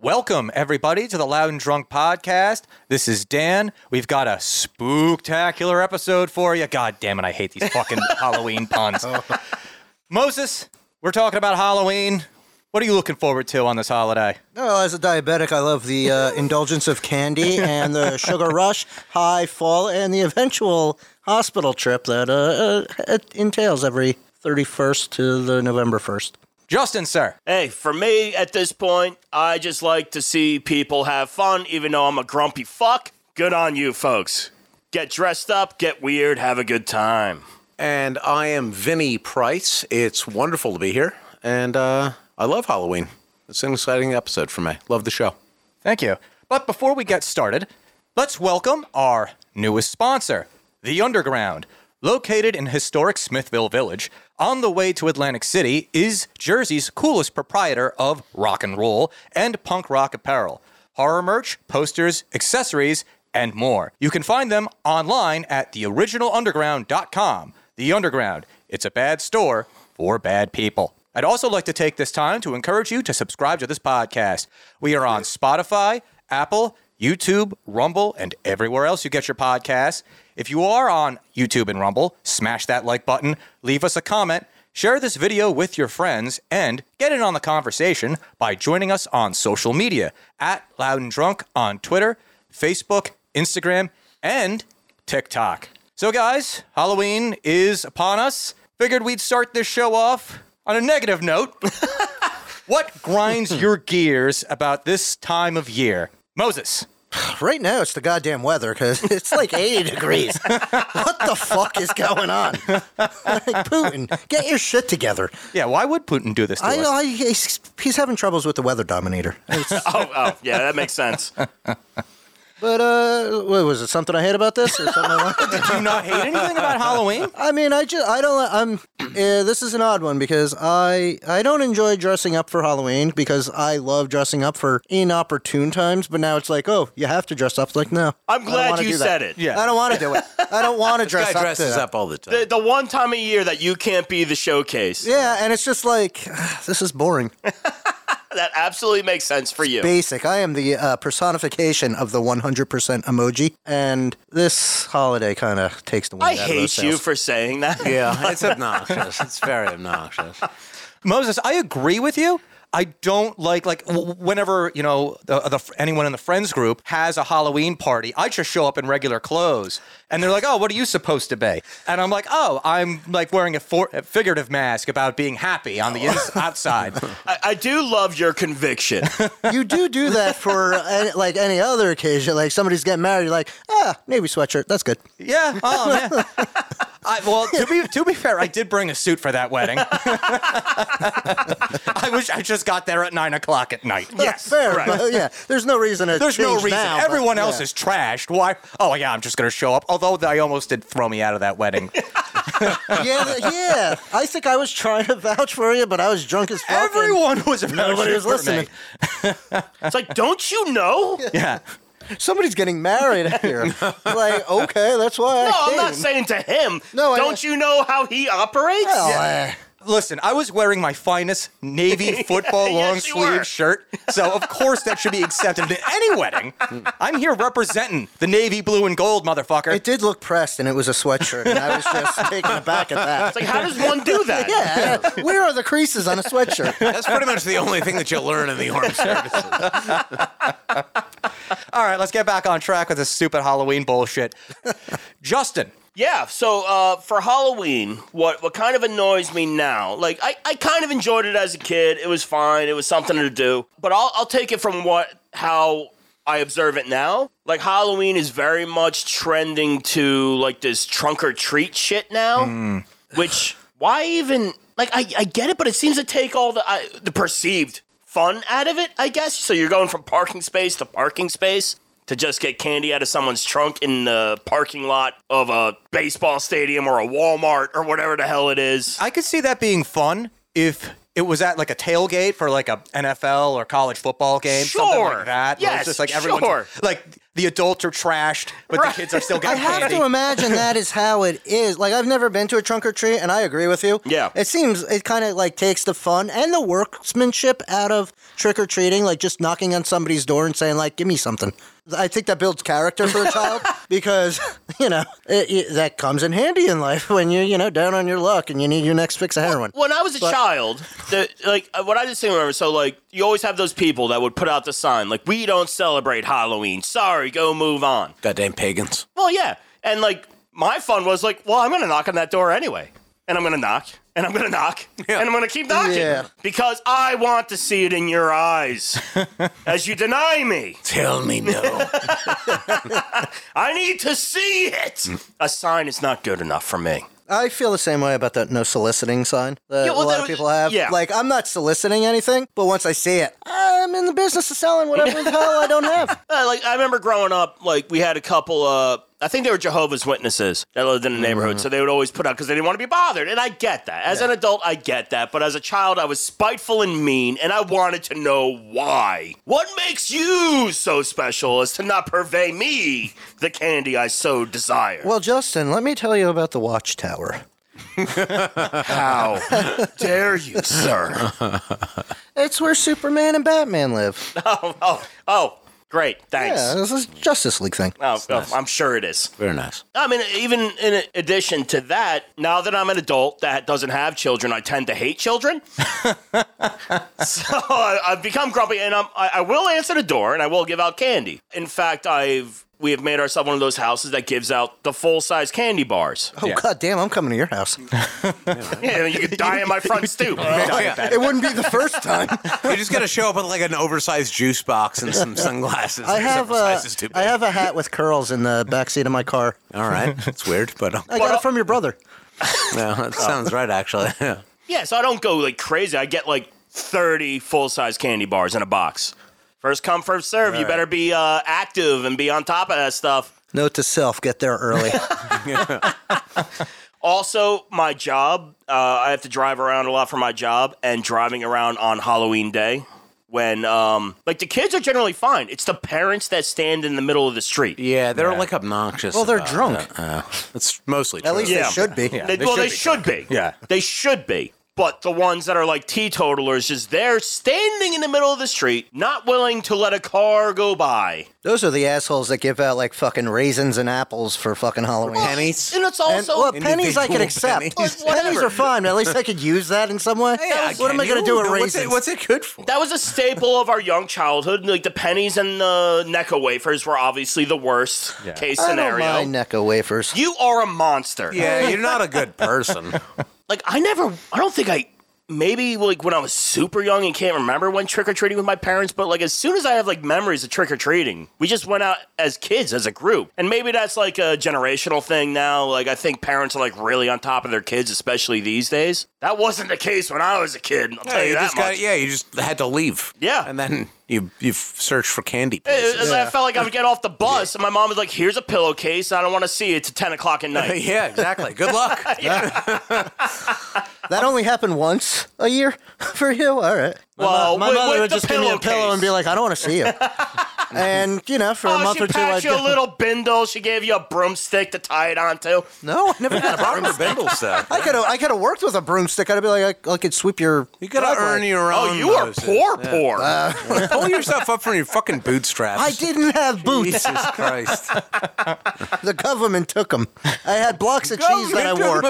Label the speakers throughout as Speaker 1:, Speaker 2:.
Speaker 1: Welcome, everybody, to the Loud and Drunk podcast. This is Dan. We've got a spooktacular episode for you. God damn it, I hate these fucking Halloween puns. Moses, we're talking about Halloween. What are you looking forward to on this holiday?
Speaker 2: Well, as a diabetic, I love the uh, indulgence of candy and the sugar rush, high fall, and the eventual hospital trip that uh, uh, it entails every 31st to the November 1st.
Speaker 1: Justin, sir.
Speaker 3: Hey, for me at this point, I just like to see people have fun, even though I'm a grumpy fuck. Good on you, folks. Get dressed up, get weird, have a good time.
Speaker 4: And I am Vinny Price. It's wonderful to be here. And uh, I love Halloween. It's an exciting episode for me. Love the show.
Speaker 1: Thank you. But before we get started, let's welcome our newest sponsor, The Underground. Located in historic Smithville Village, on the way to Atlantic City is Jersey's coolest proprietor of rock and roll and punk rock apparel, horror merch, posters, accessories, and more. You can find them online at theoriginalunderground.com. The Underground, it's a bad store for bad people. I'd also like to take this time to encourage you to subscribe to this podcast. We are on Spotify, Apple, YouTube, Rumble, and everywhere else you get your podcasts. If you are on YouTube and Rumble, smash that like button, leave us a comment, share this video with your friends, and get in on the conversation by joining us on social media at Loud and Drunk on Twitter, Facebook, Instagram, and TikTok. So, guys, Halloween is upon us. Figured we'd start this show off on a negative note. what grinds your gears about this time of year? Moses.
Speaker 2: Right now, it's the goddamn weather because it's like 80 degrees. what the fuck is going on? like, Putin, get your shit together.
Speaker 1: Yeah, why would Putin do this to
Speaker 2: I,
Speaker 1: us?
Speaker 2: I, he's, he's having troubles with the weather dominator. It's-
Speaker 3: Oh, oh, yeah, that makes sense.
Speaker 2: but uh, what, was it something I hate about this? Or something I wanted to
Speaker 1: Do you not hate anything about Halloween?
Speaker 2: I mean, I just I don't I'm uh, this is an odd one because I I don't enjoy dressing up for Halloween because I love dressing up for inopportune times, but now it's like, oh, you have to dress up. It's like, no.
Speaker 3: I'm
Speaker 2: I don't
Speaker 3: glad
Speaker 2: wanna
Speaker 3: you
Speaker 2: do that.
Speaker 3: said it.
Speaker 1: Yeah.
Speaker 2: I don't want to do it. I don't want to dress
Speaker 4: Guy
Speaker 2: up. to
Speaker 4: dresses
Speaker 2: that.
Speaker 4: up all the time.
Speaker 3: The, the one time a year that you can't be the showcase.
Speaker 2: Yeah, and it's just like this is boring.
Speaker 3: That absolutely makes sense for you.
Speaker 2: Basic. I am the uh, personification of the 100% emoji, and this holiday kind of takes the wind
Speaker 3: I
Speaker 2: out of those
Speaker 3: hate you
Speaker 2: sails.
Speaker 3: for saying that.
Speaker 4: yeah, it's obnoxious. It's very obnoxious.
Speaker 1: Moses, I agree with you. I don't like like w- whenever you know the, the anyone in the friends group has a Halloween party. I just show up in regular clothes, and they're like, "Oh, what are you supposed to be?" And I'm like, "Oh, I'm like wearing a, for- a figurative mask about being happy on the ins- outside."
Speaker 3: I, I do love your conviction.
Speaker 2: you do do that for any, like any other occasion. Like somebody's getting married, you're like, ah, navy sweatshirt, that's good.
Speaker 1: yeah. Oh man. I, well, to be to be fair, I did bring a suit for that wedding. I wish I just got there at nine o'clock at night. Yes.
Speaker 2: fair. Well, yeah, there's no reason to.
Speaker 1: There's no
Speaker 2: change
Speaker 1: reason.
Speaker 2: now, but-
Speaker 1: Everyone else
Speaker 2: yeah.
Speaker 1: is trashed. Why? Oh yeah, I'm just gonna show up. Although they almost did throw me out of that wedding.
Speaker 2: yeah, th- yeah. I think I was trying to vouch for you, but I was drunk as fuck. and
Speaker 1: Everyone was about
Speaker 2: Nobody
Speaker 1: to
Speaker 2: was
Speaker 1: shoot me.
Speaker 2: listening.
Speaker 3: It's like, don't you know?
Speaker 1: Yeah.
Speaker 2: Somebody's getting married here. like, okay, that's why.
Speaker 3: No,
Speaker 2: I
Speaker 3: I'm
Speaker 2: came.
Speaker 3: not saying to him.
Speaker 2: No, I-
Speaker 3: don't you know how he operates?
Speaker 2: Well,
Speaker 1: Listen, I was wearing my finest navy football
Speaker 3: Yes,
Speaker 1: long
Speaker 3: you
Speaker 1: sleeve
Speaker 3: were.
Speaker 1: shirt, so of course that should be accepted at any wedding. I'm here representing the navy blue and gold, motherfucker.
Speaker 2: uh, it did look pressed, and it was a sweatshirt, and I was just taken aback at that.
Speaker 3: It's like, how does one do that?
Speaker 2: yeah, where are the creases on a sweatshirt?
Speaker 4: That's pretty much the only thing that you learn in the armed services.
Speaker 1: All right, let's get back on track with this stupid Halloween bullshit. Justin,
Speaker 3: Yeah, so uh, for Halloween, what what kind of annoys me now, like I, I kind of enjoyed it as a kid. It was fine. It was something to do. But I'll I'll take it from what how I observe it now. Like Halloween is very much trending to like this trunk or treat shit now, which why even like I, I get it, but it seems to take all the I, the perceived fun out of it. I guess so. You're going from parking space to parking space to just get candy out of someone's trunk in the parking lot of a baseball stadium or a Walmart or whatever the hell it is.
Speaker 1: I could see that being fun if it was at like a tailgate for like a NFL or college football game, something
Speaker 3: Sure.
Speaker 1: like that. where
Speaker 3: Yes,
Speaker 1: it's just like everyone's
Speaker 3: sure.
Speaker 1: like the adults are trashed, but
Speaker 3: Right.
Speaker 1: the kids are still
Speaker 2: I
Speaker 1: getting
Speaker 2: have
Speaker 1: candy.
Speaker 2: to imagine that is how it is. Like I've never been to a trunk or treat, and I agree with you.
Speaker 3: Yeah.
Speaker 2: it seems it kind of like takes the fun and the workmanship out of trick or treating, like just knocking on somebody's door and saying like, "Give me something." I think that builds character for a child because you know it, it, that comes in handy in life when you're you know down on your luck and you need your next fix of heroin.
Speaker 3: when I was a child, the, like uh, what I just think remember, so like you always have those people that would put out the sign like we don't celebrate Halloween. Sorry, go move on.
Speaker 4: Goddamn pagans.
Speaker 3: Well, yeah, and like my fun was like, well, I'm gonna knock on that door anyway, and I'm gonna knock, and I'm gonna knock, and I'm gonna keep knocking
Speaker 2: Yeah.
Speaker 3: because I want to see it in your eyes as you deny me.
Speaker 4: Tell me no.
Speaker 3: I need to see it. A sign is not good enough for me.
Speaker 2: I feel the same way about that no soliciting sign that
Speaker 3: Yeah, well,
Speaker 2: a lot
Speaker 3: that
Speaker 2: of
Speaker 3: was-
Speaker 2: people have.
Speaker 3: yeah.
Speaker 2: Like, I'm not soliciting anything, but once I see it, I'm in the business of selling whatever the hell I don't have.
Speaker 3: Uh, like I remember growing up, like we had a couple. Uh, I think they were Jehovah's Witnesses that lived in the neighborhood, so they would always put out because they didn't want to be bothered. And I get that. As an adult, I get that. But as a child, I was spiteful and mean, and I wanted to know why. What makes you so special as to not purvey me the candy I so desire?
Speaker 2: Well, Justin, let me tell you about the Watchtower.
Speaker 3: How dare you, sir?
Speaker 2: It's where Superman and Batman live.
Speaker 3: oh, oh, oh, great, thanks.
Speaker 2: Yeah, this is Justice League thing.
Speaker 3: Oh, oh, I'm sure it is.
Speaker 4: Very nice.
Speaker 3: I mean, even in addition to that, now that I'm an adult that doesn't have children, I tend to hate children. so I, I've become grumpy, and I'm, I, I will answer the door, and I will give out candy. In fact, I've we have made ourselves one of those houses that gives out the full size candy bars.
Speaker 2: Oh
Speaker 1: Yeah.
Speaker 2: god damn, I'm coming to your house.
Speaker 4: Oh,
Speaker 3: Yeah, you could die in my front stoop.
Speaker 2: it wouldn't be the first time.
Speaker 4: You're just gonna show up with like an oversized juice box and some sunglasses.
Speaker 2: I
Speaker 4: There's
Speaker 2: have
Speaker 4: several
Speaker 2: a,
Speaker 4: sizes too
Speaker 2: I
Speaker 4: big.
Speaker 2: have a hat with curls in the backseat of my car.
Speaker 4: All right, it's weird, but uh,
Speaker 2: I got it from your brother.
Speaker 4: no, that sounds right actually. Yeah.
Speaker 3: Yeah, so I don't go like crazy. I get like 30 full size candy bars in a box. First come, first serve. You better be uh, active and be on top of that stuff.
Speaker 2: Note to self, get there early.
Speaker 3: Also, my job, uh, I have to drive around a lot for my job, and driving around on Halloween day when, um, like, the kids are generally fine. It's the parents that stand in the middle of the street.
Speaker 4: Yeah, they're like obnoxious.
Speaker 2: Well, they're
Speaker 4: about
Speaker 2: drunk.
Speaker 4: it. Uh, it's mostly true.
Speaker 2: At least
Speaker 3: Yeah.
Speaker 2: they should be.
Speaker 1: Yeah.
Speaker 3: They,
Speaker 1: they
Speaker 3: well,
Speaker 1: should
Speaker 3: they
Speaker 1: be
Speaker 3: should be.
Speaker 1: Yeah.
Speaker 3: They should be. But the ones that are like teetotalers, just they're standing in the middle of the street, not willing to let a car go by.
Speaker 2: Those are the assholes that give out like fucking raisins and apples for fucking Halloween.
Speaker 4: pennies.
Speaker 3: And it's
Speaker 2: And,
Speaker 3: also.
Speaker 2: well, pennies I can
Speaker 4: individual
Speaker 2: accept.
Speaker 4: pennies.
Speaker 2: Pennies. are fine. At least I could use that in some way. what am I
Speaker 4: Can
Speaker 2: going to do
Speaker 4: you?
Speaker 2: with
Speaker 4: What's
Speaker 2: raisins?
Speaker 4: it, what's it good for?
Speaker 3: that was a staple of our young childhood. Like the pennies and the Necco wafers were obviously the worst
Speaker 1: Yeah.
Speaker 3: case
Speaker 2: I
Speaker 3: scenario.
Speaker 2: don't mind Necco wafers.
Speaker 3: You are a monster.
Speaker 4: Yeah, you're not a good person.
Speaker 3: Like I never I don't think I maybe like when I was super young and can't remember when trick or treating with my parents, but like as soon as I have like memories of trick or treating, we just went out as kids as a group. And maybe that's like a generational thing now. Like I think parents are like really on top of their kids, especially these days. That wasn't the case when I was a kid. I'll
Speaker 4: Yeah,
Speaker 3: tell you
Speaker 4: you
Speaker 3: that
Speaker 4: just
Speaker 3: much.
Speaker 4: got, yeah, you just had to leave.
Speaker 3: Yeah. Eh,
Speaker 4: and then you you searched for candy.
Speaker 3: It-
Speaker 4: places.
Speaker 3: it- I felt like I would get off the bus, and my mom was like, "Here's a pillowcase. I don't want to see it to ten o'clock at night."
Speaker 4: yeah, exactly. Good luck.
Speaker 2: That only happened once a year for you. All right. My,
Speaker 3: Well,
Speaker 2: my
Speaker 3: with-
Speaker 2: mother
Speaker 3: with
Speaker 2: would
Speaker 3: the
Speaker 2: just give me a pillow
Speaker 3: pillowcase.
Speaker 2: and be like, "I don't want to see you." and you know, for a
Speaker 3: Oh,
Speaker 2: month
Speaker 3: she
Speaker 2: or two,
Speaker 3: packed
Speaker 2: I'd
Speaker 3: you a
Speaker 2: go,
Speaker 3: little bindle. She gave you a broomstick to tie it onto.
Speaker 2: "No, I never got a
Speaker 4: I remember
Speaker 2: broomstick.
Speaker 4: Bindles though.
Speaker 2: I could have, I could have worked with a broomstick. I'd be like, I, I could sweep your.
Speaker 4: You gotta
Speaker 2: driveway."
Speaker 4: earn your own.
Speaker 3: Oh, you are
Speaker 4: roses.
Speaker 3: poor, poor.
Speaker 4: Pull yourself up from your fucking bootstraps.
Speaker 2: I Oh, didn't have boots.
Speaker 4: Jesus Christ.
Speaker 2: the government took them. I had blocks of cheese that I wore.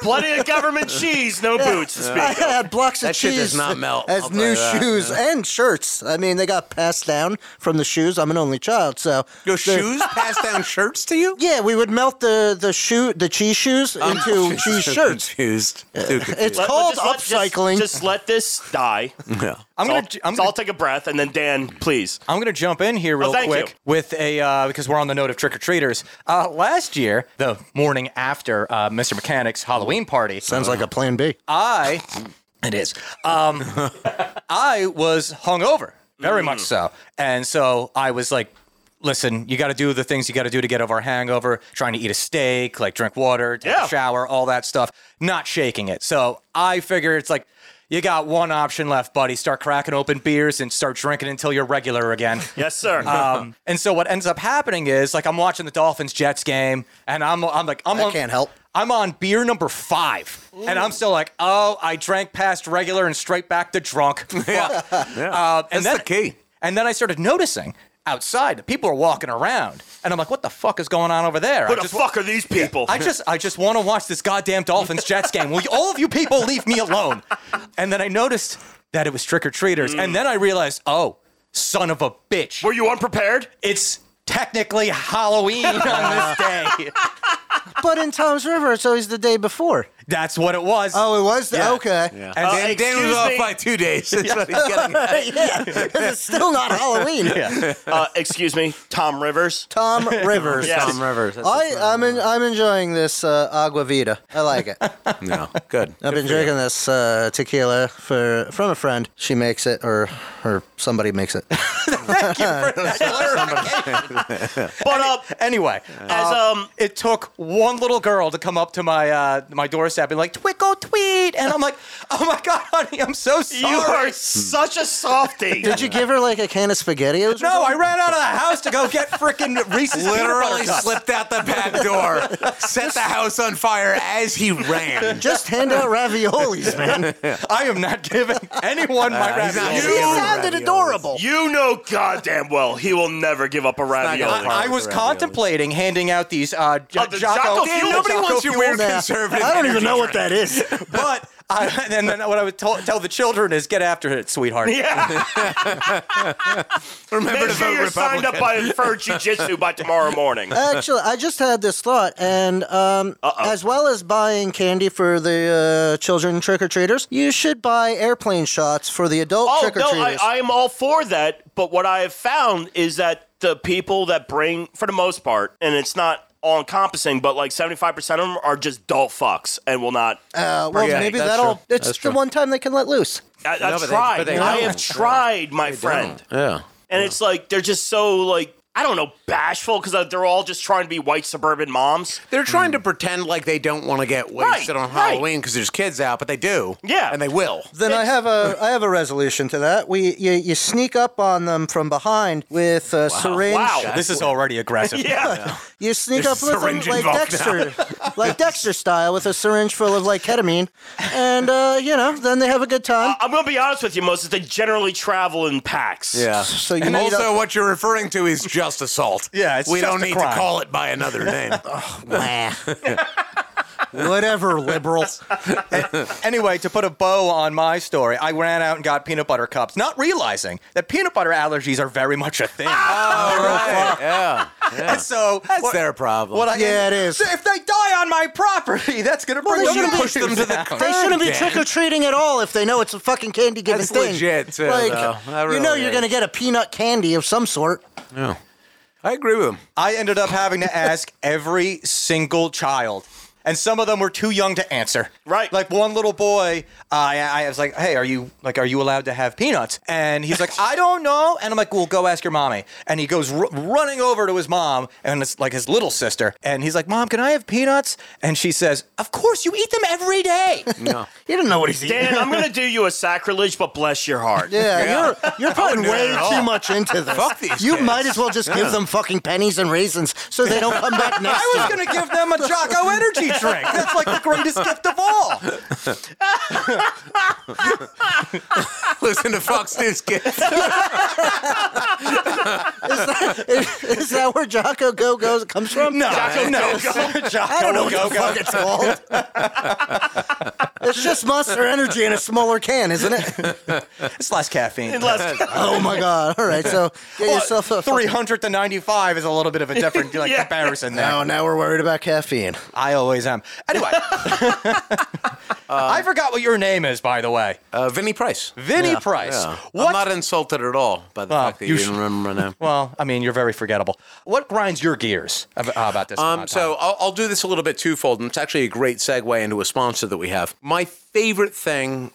Speaker 3: Plenty of government cheese, no boots to
Speaker 2: I
Speaker 3: speak.
Speaker 2: had blocks of
Speaker 4: That shit
Speaker 2: cheese.
Speaker 4: does not melt,
Speaker 2: As
Speaker 4: I'll tell
Speaker 2: new
Speaker 4: you that,
Speaker 2: shoes and shirts. I mean, they got passed down from the shoes. I'm an only child, so
Speaker 4: Your
Speaker 2: the-
Speaker 4: shoes pass down shirts to you?
Speaker 2: Yeah, we would melt the the shoe the cheese shoes into cheese shirts.
Speaker 4: Confused. Too confused.
Speaker 2: It's
Speaker 3: Oh, Let-
Speaker 2: called
Speaker 3: just let- just-
Speaker 2: upcycling.
Speaker 3: Just, let this die.
Speaker 4: Yeah.
Speaker 1: I'm
Speaker 3: So I'll,
Speaker 1: gonna, ju- I'm
Speaker 3: so I'll
Speaker 1: gonna,
Speaker 3: take a breath, and then Dan, please.
Speaker 1: I'm gonna jump in here real
Speaker 3: Oh, thank
Speaker 1: quick
Speaker 3: you.
Speaker 1: with a uh, because we're on the note of trick or treaters. Uh, last year, the morning after uh, Mr. Mechanic's Halloween party,
Speaker 2: Sounds like a plan B.
Speaker 1: I it is. Um, I was hungover, very
Speaker 3: Mm.
Speaker 1: much so, and so I was like, "Listen, you got to do the things you got to do to get over a hangover. Trying to eat a steak, like drink water, take
Speaker 3: Yeah.
Speaker 1: a shower, all that stuff. Not shaking it. So I figure it's like." you got one option left, buddy. Start cracking open beers and start drinking until you're regular again.
Speaker 3: Yes, sir.
Speaker 1: Um, and so what ends up happening is like I'm watching the Dolphins Jets game, and I'm I'm like I'm
Speaker 2: I
Speaker 1: on,
Speaker 2: can't help.
Speaker 1: I'm on beer number five, and I'm still like, oh, I drank past regular and straight back to drunk. Fuck. Uh, and
Speaker 4: That's the key.
Speaker 1: And then I started noticing outside that people are walking around, and I'm like, what the fuck is going on over there? I
Speaker 3: Who the
Speaker 1: just-
Speaker 3: fuck are these people?
Speaker 1: I just I just want to watch this goddamn Dolphins Jets game. Will you, all of you people leave me alone? And then I noticed that it was trick or treaters, and then I realized, oh, son of a bitch,
Speaker 3: Mm. Were you unprepared?
Speaker 1: it's technically Halloween on this day.
Speaker 2: But in Tom's River, it's always the day before.
Speaker 1: That's what it was.
Speaker 2: Oh, it was? The,
Speaker 1: Yeah.
Speaker 2: Okay.
Speaker 4: Yeah.
Speaker 1: And
Speaker 3: Uh,
Speaker 1: then,
Speaker 4: And Dan was
Speaker 3: excuse
Speaker 4: off
Speaker 3: me.
Speaker 4: by two days. That's what he's getting at.
Speaker 2: yeah. 'cause it's still not Halloween.
Speaker 3: Uh, excuse me, Tom Rivers.
Speaker 2: Tom Rivers.
Speaker 3: Yes.
Speaker 4: Tom Rivers. That's
Speaker 2: I, um, I'm, en- I'm enjoying this uh, agua vida. I like it.
Speaker 4: it. no, good.
Speaker 2: I've been drinking this uh, tequila for from a friend. She makes it, or or somebody makes it.
Speaker 3: But uh,
Speaker 1: anyway, uh,
Speaker 3: as um,
Speaker 1: it took one little girl to come up to my uh, my doorstep and like twickle tweet, and I'm like, oh my god, honey, I'm so
Speaker 3: you
Speaker 1: sorry.
Speaker 3: are such a softie.
Speaker 2: Did you give her like a can of spaghettios? or
Speaker 1: no, I
Speaker 2: something?
Speaker 1: ran out of the house to go get freaking Reese's peanut
Speaker 4: Literally
Speaker 1: butter cups.
Speaker 4: slipped out the back door, set the house on fire as he ran.
Speaker 2: Just hand out raviolis, man.
Speaker 1: I am not giving anyone my
Speaker 4: Uh, he's not
Speaker 1: ravioli.
Speaker 4: giving
Speaker 2: It
Speaker 4: You-
Speaker 2: sounded
Speaker 4: Raviolis.
Speaker 2: adorable.
Speaker 3: You know goddamn well he will never give up a
Speaker 4: gonna
Speaker 3: ravioli.
Speaker 4: work.
Speaker 1: I, I was
Speaker 4: Raviolis.
Speaker 1: contemplating handing out these uh, J-
Speaker 3: Oh, the Jocko
Speaker 4: Damn,
Speaker 3: Fuel
Speaker 4: nobody
Speaker 3: Jocko
Speaker 4: wants your
Speaker 2: Fuel
Speaker 4: weird
Speaker 2: now.
Speaker 4: conservative.
Speaker 2: I don't even
Speaker 4: energy
Speaker 2: know what
Speaker 4: drink.
Speaker 2: that is.
Speaker 1: but I, and then what I would tell tell the children is get after it, sweetheart.
Speaker 3: Yeah,
Speaker 4: Remember
Speaker 3: make
Speaker 4: to
Speaker 3: sure
Speaker 4: vote
Speaker 3: you're signed up
Speaker 4: Republican.
Speaker 3: by Inferred Jiu Jitsu by tomorrow morning.
Speaker 2: Actually, I just had this thought, and um, as well as buying candy for the uh, children trick or treaters, you should buy airplane shots for the adult
Speaker 3: Oh
Speaker 2: trick or
Speaker 3: no,
Speaker 2: treaters.
Speaker 3: I, I am all for that. But what I have found is that the people that bring, for the most part, and it's not all encompassing, but like seventy five percent of them are just dull fucks and will not.
Speaker 2: uh, well,
Speaker 4: Yeah,
Speaker 2: maybe
Speaker 4: that's
Speaker 2: that'll.
Speaker 4: true.
Speaker 2: It's
Speaker 4: That's
Speaker 2: the
Speaker 4: true.
Speaker 2: one time they can let loose.
Speaker 3: I,
Speaker 4: No,
Speaker 3: I've
Speaker 4: but they-
Speaker 3: tried.
Speaker 4: but they
Speaker 3: I
Speaker 4: don't.
Speaker 3: have tried, my friend.
Speaker 4: Yeah.
Speaker 3: And it's like they're just so like I don't know bashful because they're all just trying to be white suburban moms.
Speaker 4: They're trying to pretend like they don't want to get
Speaker 3: Right,
Speaker 4: wasted on
Speaker 3: right.
Speaker 4: Halloween because there's kids out, but they do.
Speaker 3: Yeah.
Speaker 4: And they will.
Speaker 2: Then I have a I have a resolution to that. We you, you sneak up on them from behind with a syringe.
Speaker 3: Wow.
Speaker 1: This is already aggressive.
Speaker 3: Yeah,
Speaker 2: You sneak up
Speaker 4: There's a
Speaker 2: with them
Speaker 4: syringe
Speaker 2: like
Speaker 4: involved
Speaker 2: Dexter, like Dexter style, with a syringe full of like ketamine, and uh, you know then they have a good time.
Speaker 3: I'm gonna be honest with you, Moses. They generally travel in packs.
Speaker 2: so you
Speaker 4: And
Speaker 2: need
Speaker 4: also,
Speaker 2: a,
Speaker 4: what you're referring to is just assault.
Speaker 1: Yeah, it's
Speaker 4: we
Speaker 1: just
Speaker 4: don't
Speaker 1: a
Speaker 4: need
Speaker 1: crime.
Speaker 4: to call it by another name.
Speaker 2: whatever liberals.
Speaker 1: Anyway, to put a bow on my story, I ran out and got peanut butter cups, not realizing that peanut butter allergies are very much a thing.
Speaker 4: yeah,
Speaker 1: And so that's
Speaker 4: their problem.
Speaker 1: What I,
Speaker 2: Yeah, it is.
Speaker 1: If they die on my property, that's gonna bring
Speaker 2: they
Speaker 1: the
Speaker 2: shouldn't
Speaker 1: values
Speaker 4: push them to the
Speaker 1: down.
Speaker 4: curb.
Speaker 2: They shouldn't be
Speaker 4: Yeah.
Speaker 2: trick or treating at all if they know it's a fucking candy giving
Speaker 4: That's
Speaker 2: thing.
Speaker 4: legit, too,
Speaker 2: like
Speaker 4: though. That
Speaker 2: you know
Speaker 4: really
Speaker 2: you're
Speaker 4: is.
Speaker 2: gonna get a peanut candy of some sort.
Speaker 4: I agree with him.
Speaker 1: I ended up having to ask every single child. And some of them were too young to answer.
Speaker 3: Right.
Speaker 1: Like one little boy, I, I was like, "Hey, are you like, are you allowed to have peanuts?" And he's like, "I don't know." And I'm like, "Well, go ask your mommy." And he goes r- running over to his mom and it's like his little sister, and he's like, "Mom, can I have peanuts?" And she says, "Of course, you eat them every day."
Speaker 2: You don't know what he's eating.
Speaker 3: Dan, I'm gonna do you a sacrilege, but bless your heart.
Speaker 2: Yeah,
Speaker 4: Yeah.
Speaker 2: you're you're putting
Speaker 4: do that
Speaker 2: way
Speaker 4: at all.
Speaker 2: too much into this.
Speaker 4: Fuck these
Speaker 2: you
Speaker 4: kids.
Speaker 2: might as well just give them fucking pennies and raisins so they don't come back next
Speaker 1: I was
Speaker 2: year.
Speaker 1: going to give them a Jocko energy drink. That's like the greatest gift of all.
Speaker 4: Listen to Fox News Kids.
Speaker 2: Is, is that where Jocko Go goes comes from?
Speaker 1: No,
Speaker 3: Jocko
Speaker 1: no,
Speaker 3: Go-Go.
Speaker 1: Jocko
Speaker 2: I don't know
Speaker 1: will
Speaker 2: what
Speaker 1: go go.
Speaker 2: the fuck it's called. it's just Monster Energy in a smaller can, isn't it?
Speaker 1: It's less caffeine.
Speaker 3: Unless-
Speaker 2: Oh my god! All right, so get
Speaker 1: Well,
Speaker 2: yourself a
Speaker 1: 300 Uh, to 95 is a little bit of a different like,
Speaker 3: Yeah.
Speaker 1: comparison there.
Speaker 2: Now, now we're worried about caffeine.
Speaker 1: I always am. Anyway, I forgot what your name is, by the way.
Speaker 4: Uh, Vinny Price.
Speaker 1: Vinny Price.
Speaker 4: Yeah.
Speaker 1: What?
Speaker 4: I'm not insulted at all by the
Speaker 1: Well,
Speaker 4: fact that
Speaker 1: you
Speaker 4: you,
Speaker 1: sh-
Speaker 4: didn't remember my name.
Speaker 1: well, I mean, you're very forgettable. What grinds your gears ab- about this?
Speaker 4: Um,
Speaker 1: hot
Speaker 4: so
Speaker 1: topic?
Speaker 4: I'll, I'll do this a little bit twofold, and it's actually a great segue into a sponsor that we have. My favorite thing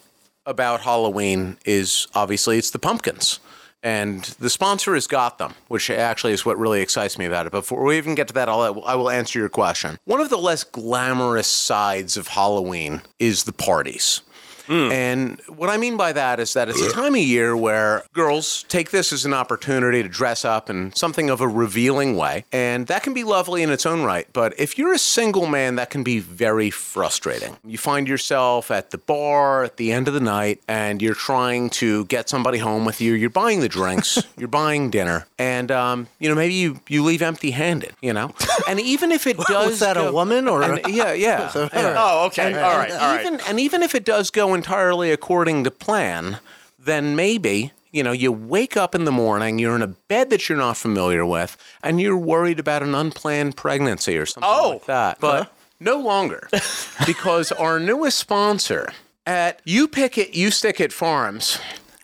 Speaker 4: about Halloween is obviously it's the pumpkins, and the sponsor has got them, which actually is what really excites me about it. Before we even get to that, I'll, I will answer your question. One of the less glamorous sides of Halloween is the parties.
Speaker 2: Mm.
Speaker 4: And what I mean by that is that it's a time of year where girls take this as an opportunity to dress up in something of a revealing way. And that can be lovely in its own right. But if you're a single man, that can be very frustrating. You find yourself at the bar at the end of the night and you're trying to get somebody home with you. You're buying the drinks, you're buying dinner. And, um, you know, maybe you, you leave empty handed, you know? And even if it does.
Speaker 2: Was that a
Speaker 4: go-
Speaker 2: woman or
Speaker 4: And- yeah, yeah. yeah.
Speaker 3: Oh, okay. all right.
Speaker 4: And
Speaker 3: All right.
Speaker 4: even, And even if it does go entirely according to plan, then maybe, you know, you wake up in the morning, you're in a bed that you're not familiar with, and you're worried about an unplanned pregnancy or something
Speaker 3: Oh.
Speaker 4: like that. But no longer, because our newest sponsor at You Pick It, You Stick It Farms,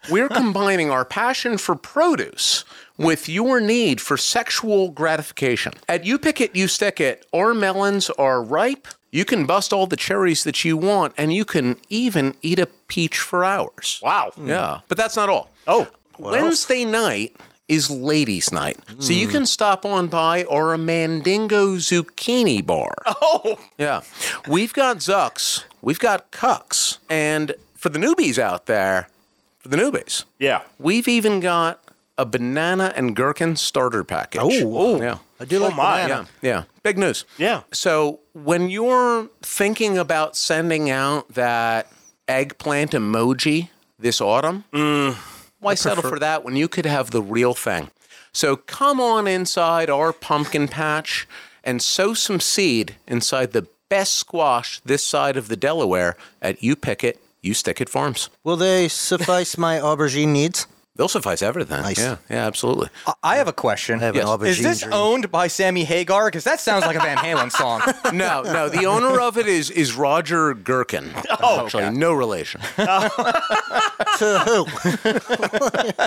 Speaker 4: we're combining our passion for produce with your need for sexual gratification. At You Pick It, You Stick It, our melons are ripe. You can bust all the cherries that you want, and you can even eat a peach for hours.
Speaker 3: wow.
Speaker 4: Yeah. But that's not all.
Speaker 3: Oh.
Speaker 4: Wednesday night is ladies' night. So you can stop on by or a Mandingo Zucchini Bar.
Speaker 3: Oh.
Speaker 4: Yeah. We've got Zucks, we've got Cucks. And for the newbies out there, for the newbies,
Speaker 3: Yeah.
Speaker 4: we've even got a banana and gherkin starter package.
Speaker 2: Oh.
Speaker 4: yeah.
Speaker 2: I do like
Speaker 3: my.
Speaker 2: banana.
Speaker 4: Ah, Yeah, yeah. Big news.
Speaker 3: Yeah.
Speaker 4: So when you're thinking about sending out that eggplant emoji this autumn, why settle for that when you could have the real thing? So come on inside our pumpkin patch and sow some seed inside the best squash this side of the Delaware at You Pick It, You Stick It Farms.
Speaker 2: Will they suffice my aubergine needs?
Speaker 4: They'll suffice everything.
Speaker 2: Nice.
Speaker 4: Yeah, yeah, absolutely.
Speaker 1: I- I have a question.
Speaker 2: I have
Speaker 4: Yes.
Speaker 2: an aubergine.
Speaker 1: Is this
Speaker 2: dream.
Speaker 1: owned by Sammy Hagar? Because that sounds like a Van Halen song.
Speaker 4: No, no. The owner of it is is Roger Gherkin. Oh, actually, no relation.
Speaker 2: to who?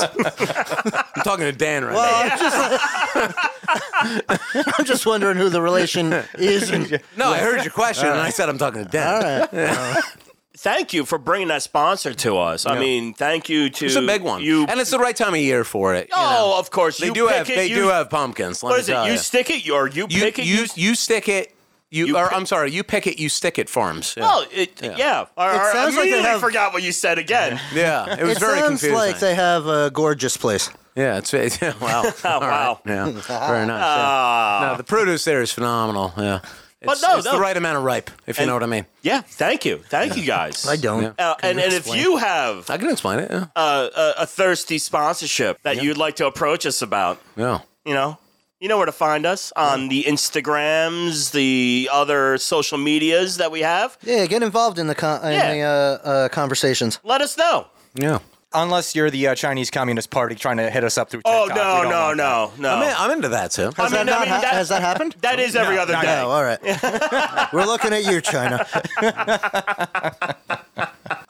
Speaker 4: I'm talking to Dan right now.
Speaker 2: Well, I'm just, I'm just wondering who the relation is. And,
Speaker 4: No, I heard your question, and I said I'm talking to Dan.
Speaker 2: all right.
Speaker 3: Thank you for bringing that sponsor to us. I mean, thank you to
Speaker 4: It's a big one,
Speaker 3: You.
Speaker 4: and it's the right time of year for it. you
Speaker 3: oh,
Speaker 4: know.
Speaker 3: of course.
Speaker 4: they
Speaker 3: you
Speaker 4: do
Speaker 3: pick
Speaker 4: have
Speaker 3: It,
Speaker 4: they
Speaker 3: you,
Speaker 4: do have pumpkins. Let
Speaker 3: What
Speaker 4: me
Speaker 3: is it?
Speaker 4: tell
Speaker 3: You
Speaker 4: ya.
Speaker 3: stick it, or you,
Speaker 4: you
Speaker 3: pick it.
Speaker 4: you,
Speaker 3: You.
Speaker 4: you stick it. You,
Speaker 3: You
Speaker 4: or
Speaker 3: pick-
Speaker 4: I'm sorry, you pick it. You stick it. Farms. Yeah,
Speaker 3: Oh, it, yeah. All right, all right.
Speaker 2: sounds
Speaker 3: I
Speaker 2: like they
Speaker 3: immediately
Speaker 2: have-
Speaker 3: forgot what you said again.
Speaker 4: yeah it was
Speaker 2: it
Speaker 4: very
Speaker 2: sounds
Speaker 4: confusing.
Speaker 2: like they have a gorgeous place.
Speaker 4: yeah, it's, it's yeah, wow, All right.
Speaker 3: Oh, wow. Oh.
Speaker 4: yeah, very nice.
Speaker 3: Uh,
Speaker 4: yeah. No, the produce there is phenomenal. Yeah, it's,
Speaker 3: no,
Speaker 4: it's
Speaker 3: no.
Speaker 4: the right amount of ripe, if you know what I mean.
Speaker 3: Yeah. Thank you. Thank you guys.
Speaker 2: I don't.
Speaker 3: Uh, and and if you have
Speaker 4: I can explain it. Yeah,
Speaker 3: uh, a, a thirsty sponsorship that you'd like to approach us about,
Speaker 4: yeah.
Speaker 3: you know, you know where to find us on the Instagrams, the other social medias that we have.
Speaker 2: Yeah, get involved in the, con-
Speaker 3: Yeah.
Speaker 2: in the uh, uh, conversations.
Speaker 3: Let us know.
Speaker 4: yeah.
Speaker 1: Unless you're the uh, Chinese Communist Party trying to hit us up through
Speaker 3: Oh
Speaker 1: TikTok.
Speaker 3: no,
Speaker 1: We don't
Speaker 3: no,
Speaker 1: want that.
Speaker 3: no, no.
Speaker 4: I'm, in, I'm into that too.
Speaker 3: I
Speaker 2: Has, that,
Speaker 3: mean, I
Speaker 2: not
Speaker 3: mean,
Speaker 2: ha-
Speaker 3: that-
Speaker 2: has that happened?
Speaker 3: that is every other day.
Speaker 2: No, all right. We're looking at you, China.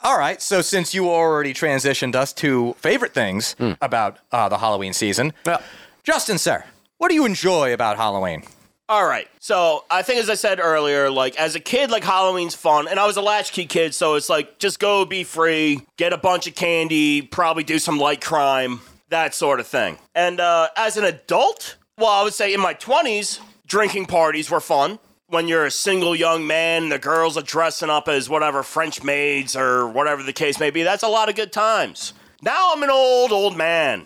Speaker 1: All right. So since you already transitioned us to favorite things
Speaker 3: Hmm.
Speaker 1: about uh, the Halloween season,
Speaker 4: Yeah.
Speaker 1: Justin, sir, what do you enjoy about Halloween?
Speaker 3: All right. So I think, as I said earlier, like as a kid, like Halloween's fun, and I was a latchkey kid, so it's like just go, be free, get a bunch of candy, probably do some light crime, that sort of thing. And uh, as an adult, well, I would say in my twenties, drinking parties were fun. When you're a single young man, the girls are dressing up as whatever French maids or whatever the case may be. That's a lot of good times. Now I'm an old, old man.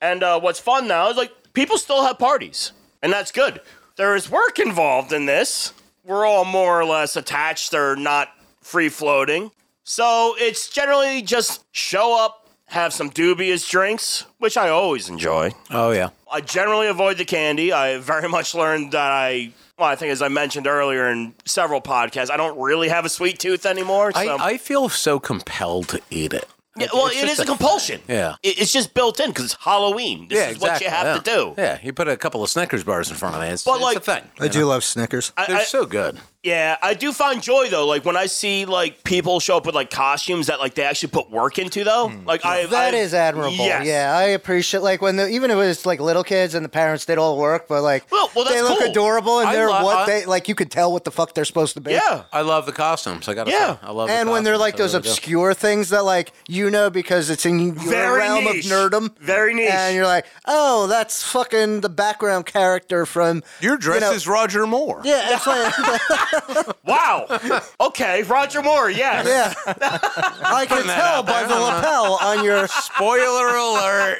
Speaker 3: And uh, what's fun now is like people still have parties, and that's good. There is work involved in this. We're all more or less attached or not free floating. So it's generally just show up, have some dubious drinks, which I always enjoy.
Speaker 4: Oh yeah.
Speaker 3: I generally avoid the candy. I very much learned that I, well, I think as I mentioned earlier in several podcasts, I don't really have a sweet tooth anymore. So.
Speaker 4: I, I feel so compelled to eat it.
Speaker 3: Yeah, well,
Speaker 4: it's
Speaker 3: it
Speaker 4: just
Speaker 3: is
Speaker 4: a
Speaker 3: a compulsion.
Speaker 4: Yeah.
Speaker 3: It- it's just built in because it's Halloween. This is what you have to
Speaker 4: yeah.
Speaker 3: do.
Speaker 4: Yeah, you put a couple of Snickers bars in front of me. It's,
Speaker 3: But,
Speaker 4: it's
Speaker 3: like-
Speaker 4: a thing.
Speaker 2: I do love Snickers.
Speaker 3: I-
Speaker 4: They're
Speaker 3: I-
Speaker 4: so good.
Speaker 3: Yeah, I do find joy though. Like when I see like people show up with like costumes that like they actually put work into though. Like I
Speaker 2: That
Speaker 3: I-
Speaker 2: is admirable.
Speaker 3: Yes.
Speaker 2: Yeah, I appreciate like when the, even if it was like little kids and the parents did all the work, but like
Speaker 3: Well- well, that's
Speaker 2: they look
Speaker 3: cool.
Speaker 2: adorable and
Speaker 4: I
Speaker 2: they're
Speaker 4: lo-
Speaker 2: what
Speaker 4: I-
Speaker 2: they like. You could tell what the fuck they're supposed to be.
Speaker 3: Yeah.
Speaker 4: I love the costumes. I got
Speaker 3: Yeah.
Speaker 4: I love. the
Speaker 2: And when they're
Speaker 4: costumes.
Speaker 2: like
Speaker 4: I
Speaker 2: those
Speaker 4: really do.
Speaker 2: obscure things that like you know because it's in your
Speaker 3: Very
Speaker 2: realm
Speaker 3: niche.
Speaker 2: of nerdom,
Speaker 3: Very niche.
Speaker 2: and you're like, oh, that's fucking the background character from
Speaker 4: Your dress
Speaker 2: you know-
Speaker 4: is Roger Moore.
Speaker 2: yeah, it's like
Speaker 3: wow. Okay, Roger Moore. Yes.
Speaker 2: Yeah. I can tell by the lapel on your.
Speaker 4: Spoiler alert.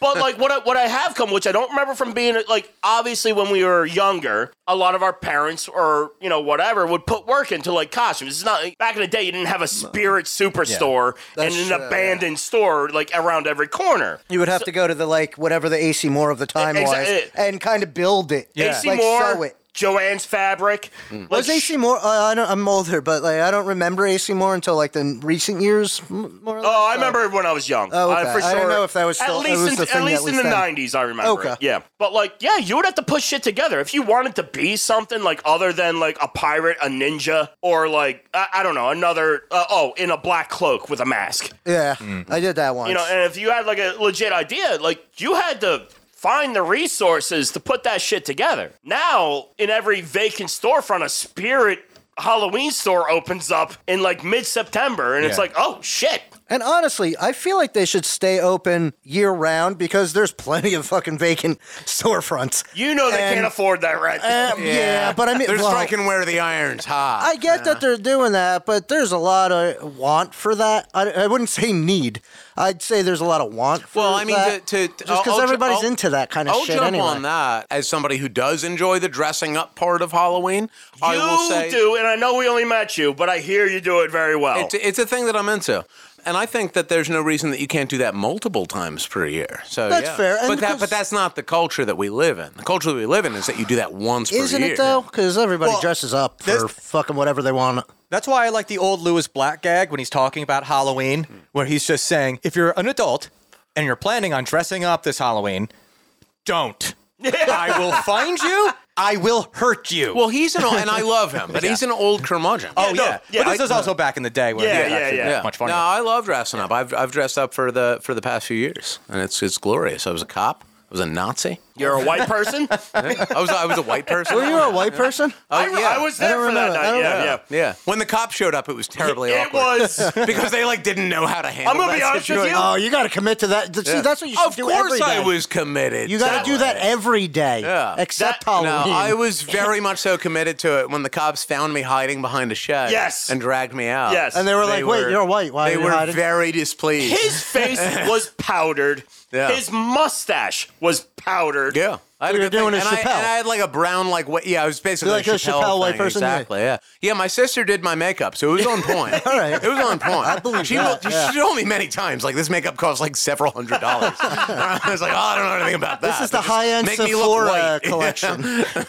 Speaker 3: But like what I, what I have come, which I don't remember from being like obviously when we were younger, a lot of our parents or you know whatever would put work into like costumes. It's not back in the day you didn't have a spirit superstore and
Speaker 2: That's
Speaker 3: an
Speaker 2: true, yeah.
Speaker 3: abandoned store like around every corner.
Speaker 2: You would have to go to the like whatever the AC Moore of the time
Speaker 3: Exa-
Speaker 2: was,
Speaker 3: it-
Speaker 2: and kind of build it.
Speaker 3: AC
Speaker 2: like, Hmm.
Speaker 3: Moore,
Speaker 2: sew it.
Speaker 3: Joanne's Fabric. Like,
Speaker 2: Was AC Moore? Uh, I don't. I'm older, but like I don't remember AC Moore until like the recent years. m- More. Or less.
Speaker 3: Oh, I remember when I was young.
Speaker 2: Oh,
Speaker 3: I-
Speaker 2: okay.
Speaker 3: for sure.
Speaker 2: I don't know if that was still-
Speaker 3: at
Speaker 2: it
Speaker 3: least
Speaker 2: was
Speaker 3: in,
Speaker 2: the thing
Speaker 3: at
Speaker 2: that
Speaker 3: least
Speaker 2: was
Speaker 3: in the
Speaker 2: then.
Speaker 3: '90s. I remember. it.
Speaker 2: Okay.
Speaker 3: Yeah, but like, yeah, you would have to put shit together if you wanted to be something like other than like a pirate, a ninja, or like I, I don't know, another. Uh, oh, in a black cloak with a mask.
Speaker 2: Yeah, I did that once.
Speaker 3: Oh. You know, and if you had like a legit idea, like you had to. Find the resources to put that shit together. Now, in every vacant storefront, a spirit Halloween store opens up in like mid September, and it's
Speaker 1: Yeah.
Speaker 3: like, oh shit,
Speaker 2: And honestly, I feel like they should stay open year round because there's plenty of fucking vacant storefronts.
Speaker 3: you know they
Speaker 2: And-
Speaker 3: can't afford that rent.
Speaker 2: Um, yeah. but I mean,
Speaker 4: they're
Speaker 2: well,
Speaker 4: striking where the iron's hot.
Speaker 2: I get that they're doing that, but there's a lot of want for that. I, I wouldn't say need. I'd say there's a lot of want. For
Speaker 4: Well, I mean,
Speaker 2: that,
Speaker 4: to- to-
Speaker 2: just
Speaker 4: I'll- I'll
Speaker 2: because
Speaker 4: ju-
Speaker 2: everybody's
Speaker 4: I'll-
Speaker 2: into that kind of
Speaker 4: I'll
Speaker 2: shit
Speaker 4: jump
Speaker 2: anyway.
Speaker 4: on that as somebody who does enjoy the dressing up part of Halloween. I
Speaker 3: you
Speaker 4: will say
Speaker 3: do, and I know we only met you, but I hear you do it very
Speaker 2: Oh.
Speaker 3: well.
Speaker 4: It's, it's a thing that I'm into. And I think that there's no reason that you can't do that multiple times per year. So
Speaker 2: That's
Speaker 4: yeah.
Speaker 2: fair, and
Speaker 4: But that,
Speaker 2: because-
Speaker 4: but that's not the culture that we live in. The culture that we live in is that you do that once
Speaker 2: Isn't
Speaker 4: per year.
Speaker 2: it though? Because everybody
Speaker 1: Well,
Speaker 2: dresses up for
Speaker 1: there's-
Speaker 2: fucking whatever they want.
Speaker 1: That's why I like the old Lewis Black gag when he's talking about Halloween,
Speaker 3: Hmm.
Speaker 1: where he's just saying, if you're an adult and you're planning on dressing up this Halloween, don't. I will find you. I will hurt you.
Speaker 4: Well, he's an old, and I love him, but he's an old curmudgeon.
Speaker 1: oh
Speaker 3: no,
Speaker 1: yeah,
Speaker 3: yeah,
Speaker 1: But this
Speaker 3: I-
Speaker 1: is also back in the day where
Speaker 3: Yeah,
Speaker 1: it was
Speaker 3: yeah,
Speaker 1: actually
Speaker 3: yeah.
Speaker 1: much funnier.
Speaker 4: No, I love dressing up. I've, I've dressed up for the for the past few years, and it's it's glorious. I was a cop. I was a Nazi.
Speaker 3: You're a white person. I,
Speaker 4: I was I was a white person. Oh,
Speaker 2: Were you a white person?
Speaker 4: Uh,
Speaker 3: re- I was there
Speaker 2: don't
Speaker 3: for that
Speaker 2: remember. I
Speaker 3: night.
Speaker 2: don't
Speaker 3: Yeah, yeah.
Speaker 2: remember.
Speaker 4: Yeah. When the cops showed up, it was terribly
Speaker 3: It
Speaker 4: awkward.
Speaker 3: was.
Speaker 4: because they like didn't know how to handle.
Speaker 3: I'm gonna be
Speaker 4: that
Speaker 3: honest with
Speaker 4: situation.
Speaker 3: you.
Speaker 2: Oh, you got to commit to that. Th- See, that's what you should
Speaker 4: Of
Speaker 2: do.
Speaker 4: course,
Speaker 2: every
Speaker 4: I
Speaker 2: day.
Speaker 4: was committed.
Speaker 2: You got to do
Speaker 4: way.
Speaker 2: that every day,
Speaker 4: Yeah.
Speaker 2: except
Speaker 3: That- no,
Speaker 4: No,
Speaker 2: Halloween.
Speaker 4: I was very much so committed to it when the cops found me hiding behind a shed.
Speaker 3: Yes.
Speaker 4: and dragged me out.
Speaker 3: Yes.
Speaker 2: And they were like, "Wait, you're white. Why
Speaker 4: they
Speaker 2: are you
Speaker 4: were
Speaker 2: hiding?"
Speaker 4: very displeased.
Speaker 3: His face was powdered.
Speaker 4: Yeah.
Speaker 3: His mustache was powdered.
Speaker 4: yeah, I had a
Speaker 2: You were
Speaker 4: good thing.
Speaker 2: doing a
Speaker 4: and, I, and
Speaker 2: Chappelle.
Speaker 4: I had like a brown, like what? Yeah, I was basically
Speaker 2: You're like
Speaker 4: a
Speaker 2: a
Speaker 4: Chappelle,
Speaker 2: Chappelle white
Speaker 4: thing,
Speaker 2: person, yeah.
Speaker 4: Exactly. Yeah. yeah, My sister did my makeup, so it was on point.
Speaker 2: All right.
Speaker 4: It was on point. I
Speaker 2: believe
Speaker 4: she,
Speaker 2: that,
Speaker 4: told-
Speaker 2: yeah.
Speaker 4: she told me many times, like this makeup costs like several hundred dollars. I was like, oh, I don't know anything about that.
Speaker 2: This is the
Speaker 4: Just
Speaker 2: high end
Speaker 4: make me look
Speaker 2: Sephora
Speaker 4: white.
Speaker 2: collection.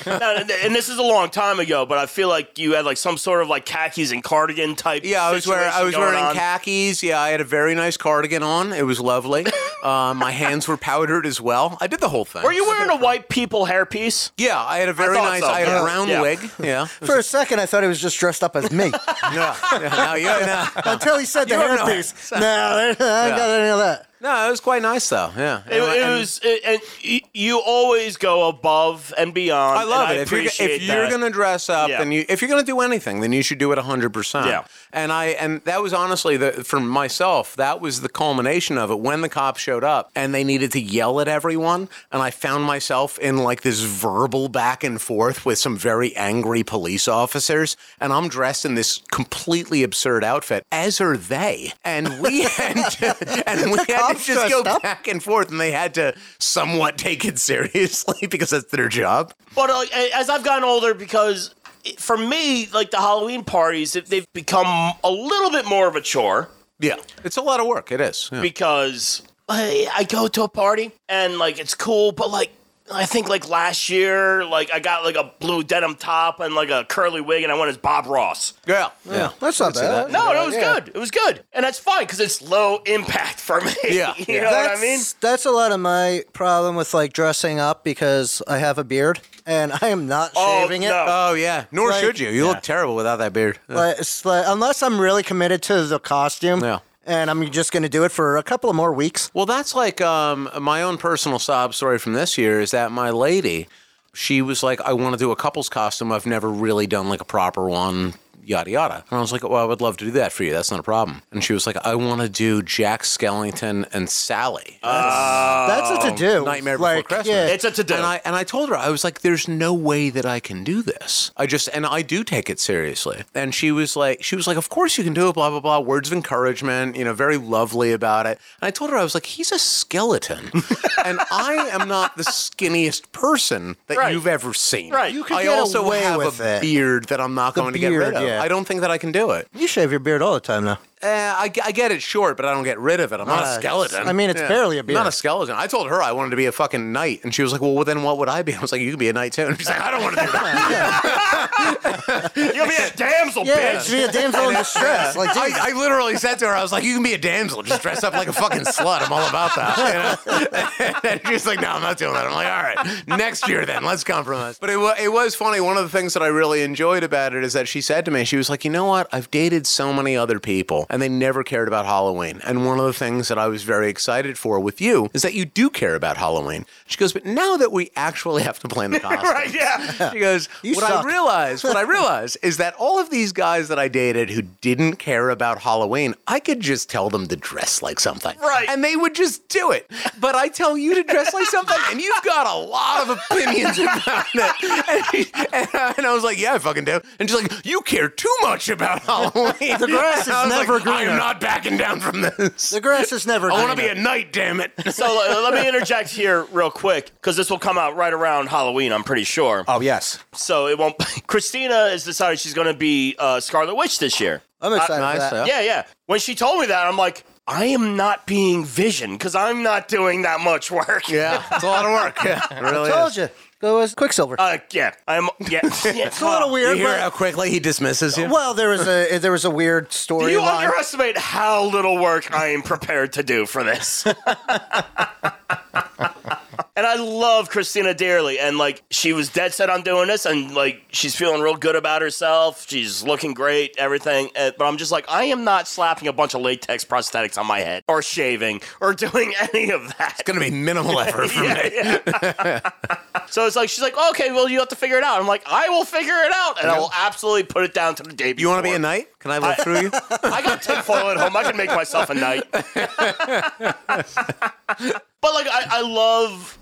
Speaker 3: Now, and- and this is a long time ago, but I feel like you had like some sort of like khakis and cardigan type.
Speaker 4: Yeah, I was wearing I
Speaker 3: situation
Speaker 4: was
Speaker 3: going
Speaker 4: wearing
Speaker 3: on.
Speaker 4: khakis. Yeah, I had a very nice cardigan on. It was lovely. uh, my hands were powdered as well. I did the whole thing.
Speaker 3: Were you wearing a white people hairpiece?
Speaker 4: Yeah, I had a very
Speaker 3: thought
Speaker 4: nice.
Speaker 3: so.
Speaker 4: I had
Speaker 3: Yeah.
Speaker 4: a brown
Speaker 3: Yeah.
Speaker 4: wig. Yeah.
Speaker 2: For a second, I thought he was just dressed up as me
Speaker 4: yeah. yeah. No, you- no.
Speaker 2: until he said the
Speaker 4: You have no
Speaker 2: hairpiece. No, I ain't got any of that.
Speaker 4: No, it was quite nice though. Yeah.
Speaker 3: It,
Speaker 4: And-
Speaker 3: it
Speaker 4: and
Speaker 3: was, it, and y- you always go above and beyond.
Speaker 4: I love
Speaker 3: and
Speaker 4: it.
Speaker 3: I
Speaker 4: if you're,
Speaker 3: appreciate
Speaker 4: if you're
Speaker 3: that.
Speaker 4: gonna dress up
Speaker 3: Yeah.
Speaker 4: and you if you're gonna do anything, then you should do it hundred percent.
Speaker 3: Yeah.
Speaker 4: And I and that was honestly the for myself, that was the culmination of it when the cops showed up and they needed to yell at everyone. And I found myself in like this verbal back and forth with some very angry police officers, and I'm dressed in this completely absurd outfit, as are they. And we had to, and we had to
Speaker 2: cops
Speaker 4: just go
Speaker 2: dressed up?
Speaker 4: back and forth and they had to somewhat take it seriously because that's their job.
Speaker 3: But uh, as I've gotten older, because it- for me, like the Halloween parties, they- they've become a little bit more of a chore
Speaker 4: Yeah, it's a lot of work. It is. Yeah.
Speaker 3: because I, I go to a party and like it's cool, but like I think like last year, like I got like a blue denim top and like a curly wig, and I went as Bob Ross.
Speaker 4: Yeah, yeah.
Speaker 2: That's not bad.
Speaker 3: No, it was good. It was good, and that's fine because it's low impact for me.
Speaker 4: Yeah.
Speaker 3: you
Speaker 4: Yeah.
Speaker 3: know what I
Speaker 2: that's,
Speaker 3: mean.
Speaker 2: That's a lot of my problem with like dressing up because I have a beard and I am not
Speaker 3: Oh,
Speaker 2: shaving it.
Speaker 3: no.
Speaker 4: Oh yeah. Nor
Speaker 2: Like-
Speaker 4: should you. You look terrible without that beard. Yeah.
Speaker 2: Like, it's like- unless I'm really committed to the costume
Speaker 4: Yeah.
Speaker 2: and I'm just going to do it for a couple of more weeks.
Speaker 4: Well, that's like um, my own personal sob story from this year is that my lady, she was like, I want to do a couple's costume. I've never really done like a proper one. yada yada. And I was like, well, I would love to do that for you. That's not a problem. And she was like, I want to do Jack Skellington and Sally.
Speaker 2: That's a
Speaker 3: Oh,
Speaker 2: to do.
Speaker 4: Nightmare
Speaker 2: like,
Speaker 4: Before Christmas.
Speaker 2: Yeah,
Speaker 3: It's a to do.
Speaker 4: Uh, And I and I told her I was like, "There's no way that I can do this. I just and I do take it seriously." And she was like, "She was like, of course you can do it." Blah blah blah. Words of encouragement, you know, very lovely about it. And I told her I was like, "He's a skeleton, and I am not the skinniest person that
Speaker 3: Right.
Speaker 4: you've ever seen.
Speaker 3: Right. You
Speaker 2: could
Speaker 4: I
Speaker 2: get
Speaker 4: also
Speaker 2: away
Speaker 4: have
Speaker 2: with
Speaker 4: a
Speaker 2: it.
Speaker 4: beard that I'm not
Speaker 2: The
Speaker 4: going to get rid
Speaker 2: beard,
Speaker 4: of.
Speaker 2: yeah.
Speaker 4: I don't think that I can do it.
Speaker 2: you shave your beard all the time now.
Speaker 4: Eh, I, I get it short, but I don't get rid of it. I'm not a
Speaker 2: Uh,
Speaker 4: skeleton.
Speaker 2: I mean, it's barely a
Speaker 4: I'm Not a
Speaker 2: beard.
Speaker 4: skeleton. I told her I wanted to be a fucking knight, and she was like, "Well, then what would I be?" I was like, "You could be a knight too." And she's like, "I don't want to do that."
Speaker 3: You'll be a damsel,
Speaker 2: Yeah,
Speaker 3: bitch.
Speaker 2: it's be a damsel in distress. Like, dude,
Speaker 4: I, I literally said to her, "I was like, you can be a damsel, just dress up like a fucking slut. I'm all about that." You know? and she's like, "No, I'm not doing that." I'm like, "All right, next year then, let's compromise." But it was it was funny. One of the things that I really enjoyed about it is that she said to me, she was like, "You know what? I've dated so many other people, and they never cared about Halloween. And one of the things that I was very excited for with you is that you do care about Halloween." She goes, "But now that we actually have to plan the costume,
Speaker 3: Right, yeah.
Speaker 4: she goes,
Speaker 2: You
Speaker 4: what
Speaker 2: suck."
Speaker 4: I realize, what I realize is that all of these guys that I dated who didn't care about Halloween, I could just tell them to dress like something.
Speaker 3: Right.
Speaker 4: And they would just do it. But I tell you to dress like something, and you've got a lot of opinions about it. And, she- and, I- and I was like, yeah, I fucking do. And she's like, you care too much about Halloween.
Speaker 2: The grass
Speaker 4: And
Speaker 2: is
Speaker 4: I was
Speaker 2: never
Speaker 4: like, I
Speaker 2: greener.
Speaker 4: am not backing down from this.
Speaker 2: the grass is never.
Speaker 4: I want to
Speaker 2: greener.
Speaker 4: be a knight, damn it.
Speaker 3: So uh, let me interject here real quick because this will come out right around Halloween, I'm pretty sure.
Speaker 1: Oh, yes.
Speaker 3: so it won't. Christina has decided she's going to be uh, Scarlet Witch this year.
Speaker 2: I'm excited
Speaker 4: nice,
Speaker 2: for that.
Speaker 3: Yeah, yeah. When she told me that, I'm like, I am not being Vision because I'm not doing that much work.
Speaker 4: Yeah, it's a lot of work. Yeah, it really is.
Speaker 2: Told you. Go as Quicksilver.
Speaker 3: Uh, yeah. I'm. Yeah. Oh. yeah.
Speaker 2: it's a little weird.
Speaker 4: You hear
Speaker 2: but-
Speaker 4: how quickly he dismisses you?
Speaker 2: well, there was a there was a weird
Speaker 3: Do you
Speaker 2: storyline.
Speaker 3: underestimate how little work I am prepared to do for this? and I love Christina dearly, and like she was dead set on doing this, and like she's feeling real good about herself. She's looking great, everything. uh, But I'm just like, I am not slapping a bunch of latex prosthetics on my head, or shaving, or doing any of that.
Speaker 4: It's gonna be minimal effort for me.
Speaker 3: Yeah, yeah. so it's like she's like, okay, well, you have to figure it out. I'm like, I will figure it out, and I will absolutely put it down to the day.
Speaker 4: You want to be
Speaker 3: before.
Speaker 4: a knight? Can I live through you?
Speaker 3: I got tinfoil at home. I can make myself a knight. but like, I, I love.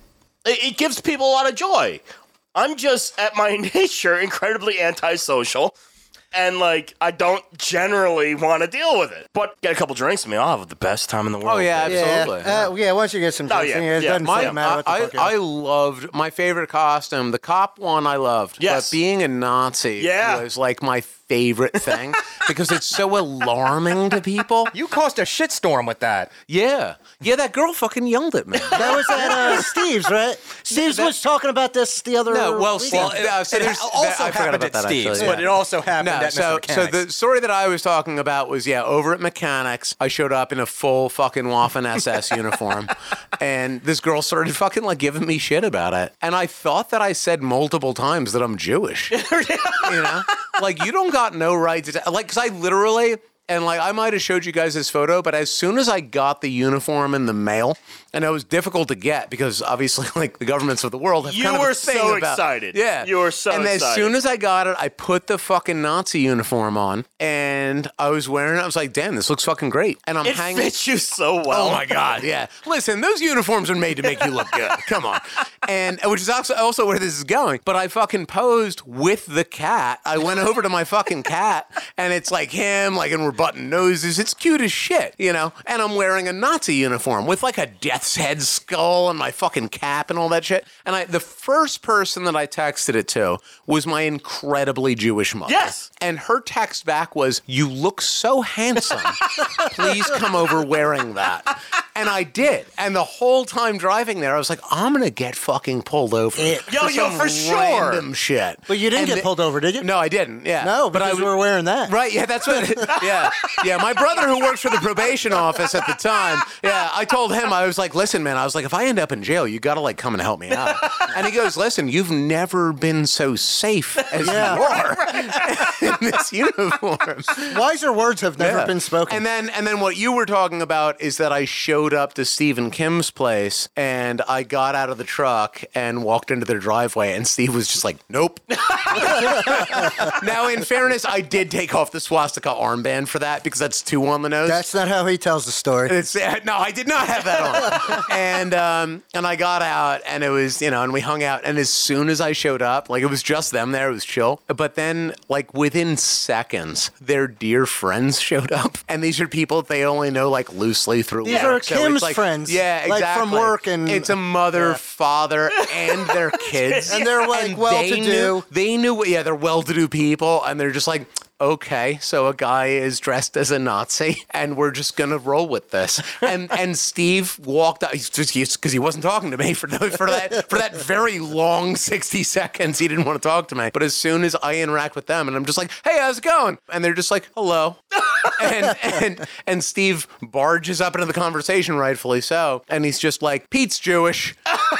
Speaker 3: It, it gives people a lot of joy. I'm just at my nature incredibly antisocial, and like I don't generally want to deal with it. But get a couple drinks, me, I'll have the best time in the world.
Speaker 4: Oh yeah,
Speaker 2: Yeah,
Speaker 4: absolutely.
Speaker 2: uh, yeah. Once you get some,
Speaker 3: Oh,
Speaker 2: drinks
Speaker 3: yeah,
Speaker 2: in you, it
Speaker 3: yeah.
Speaker 2: doesn't
Speaker 3: My-
Speaker 2: fucking matter what the
Speaker 4: I,
Speaker 2: fuck. it
Speaker 4: I
Speaker 2: is.
Speaker 4: loved my favorite costume, the cop one. I loved.
Speaker 3: Yes.
Speaker 4: but being a Nazi
Speaker 3: Yeah.
Speaker 4: was like my favorite thing because it's so alarming to people.
Speaker 1: You caused a shitstorm with that.
Speaker 4: Yeah, yeah, that girl fucking yelled at me.
Speaker 2: that was at uh, Steve's, right? Steve's was talking about this the other.
Speaker 4: No, well,
Speaker 2: weekend.
Speaker 4: Well, uh, so
Speaker 1: it
Speaker 4: there's-
Speaker 1: also
Speaker 4: that- I forgot
Speaker 1: happened
Speaker 4: about
Speaker 1: at
Speaker 4: that, actually,
Speaker 1: Steve's,
Speaker 4: yeah.
Speaker 1: but it also happened
Speaker 4: No,
Speaker 1: at
Speaker 4: so
Speaker 1: Mr.
Speaker 4: so
Speaker 1: Mechanics.
Speaker 4: the story that I was talking about was yeah, over at Mechanics, I showed up in a full fucking Waffen SS uniform, and this girl started fucking like giving me shit about it, and I thought that I said multiple times that I'm Jewish, you know, like you don't got no right to ta- like because I literally. And like I might have showed you guys this photo, but as soon as I got the uniform in the mail, and it was difficult to get because obviously like the governments of the world have
Speaker 3: You
Speaker 4: kind of a
Speaker 3: were
Speaker 4: thing
Speaker 3: so
Speaker 4: about-
Speaker 3: excited.
Speaker 4: Yeah,
Speaker 3: You were so
Speaker 4: And as
Speaker 3: excited.
Speaker 4: soon as as I got it, I put the fucking Nazi uniform on and I was wearing it. I was like, damn, this looks fucking great. And I'm
Speaker 3: It
Speaker 4: hanging.
Speaker 3: fits you so well.
Speaker 4: Oh my god, yeah. Listen, those uniforms are made to make you look good. Come on, and uh, which is also also where this is going. But I fucking posed with the cat. I went over to my fucking cat, and it's like him, like, and we're button noses. It's cute as shit, you know. And I'm wearing a Nazi uniform with like a death's head skull and my fucking cap and all that shit. And I, the first person that I texted it to was my incredibly Jewish mother.
Speaker 3: Yes.
Speaker 4: And her text back was, You look so handsome. Please come over wearing that. And I did. And the whole time driving there, I was like, I'm going to get fucking pulled over.
Speaker 3: Yo, yo,
Speaker 4: some
Speaker 3: for sure.
Speaker 4: Random shit.
Speaker 2: but you didn't
Speaker 4: And
Speaker 2: get
Speaker 4: the-
Speaker 2: pulled over, did you?
Speaker 4: No, I didn't. Yeah.
Speaker 2: no,
Speaker 4: but I
Speaker 2: because
Speaker 4: was.
Speaker 2: we were wearing that.
Speaker 4: Right, yeah, that's what. yeah, yeah, yeah. My brother, who worked for the probation office at the time, yeah, I told him I was like, "Listen, man, I was like, if I end up in jail, you gotta like come and help me out." And he goes, "Listen, you've never been so safe as you are in this uniform."
Speaker 2: Wiser words have never
Speaker 4: Yeah.
Speaker 2: been spoken.
Speaker 4: And then and then what you were talking about is that I showed up to Steve and Kim's place and I got out of the truck and walked into their driveway and Steve was just like, Nope. now in fairness, I did take off the swastika armband for that because that's too on the nose.
Speaker 2: That's not how he tells the story.
Speaker 4: It's uh, no, I did not have that on. and um, and I got out, and it was you know, and we hung out. And as soon as I showed up, like it was just them there, it was chill. But then, like within seconds, their dear friends showed up, and these are people they only know like loosely through.
Speaker 2: These
Speaker 4: work.
Speaker 2: are
Speaker 4: it's
Speaker 2: Kim's
Speaker 4: like-
Speaker 2: friends,
Speaker 4: yeah,
Speaker 2: like,
Speaker 4: exactly.
Speaker 2: from work and-
Speaker 4: it's a mother, father, and their kids,
Speaker 2: And they're, like,
Speaker 4: And
Speaker 2: well-to-do.
Speaker 4: they knew- They knew what. Yeah, they're well-to-do people, and they're just like. Okay, so a guy is dressed as a Nazi, and we're just gonna roll with this. And and Steve walked out because he wasn't talking to me for the, for that for that very long sixty seconds. He didn't want to talk to me. But as soon as I interact with them, and I'm just like, "Hey, how's it going?" and they're just like, "Hello," and and and Steve barges up into the conversation, rightfully so, and he's just like, "Pete's Jewish."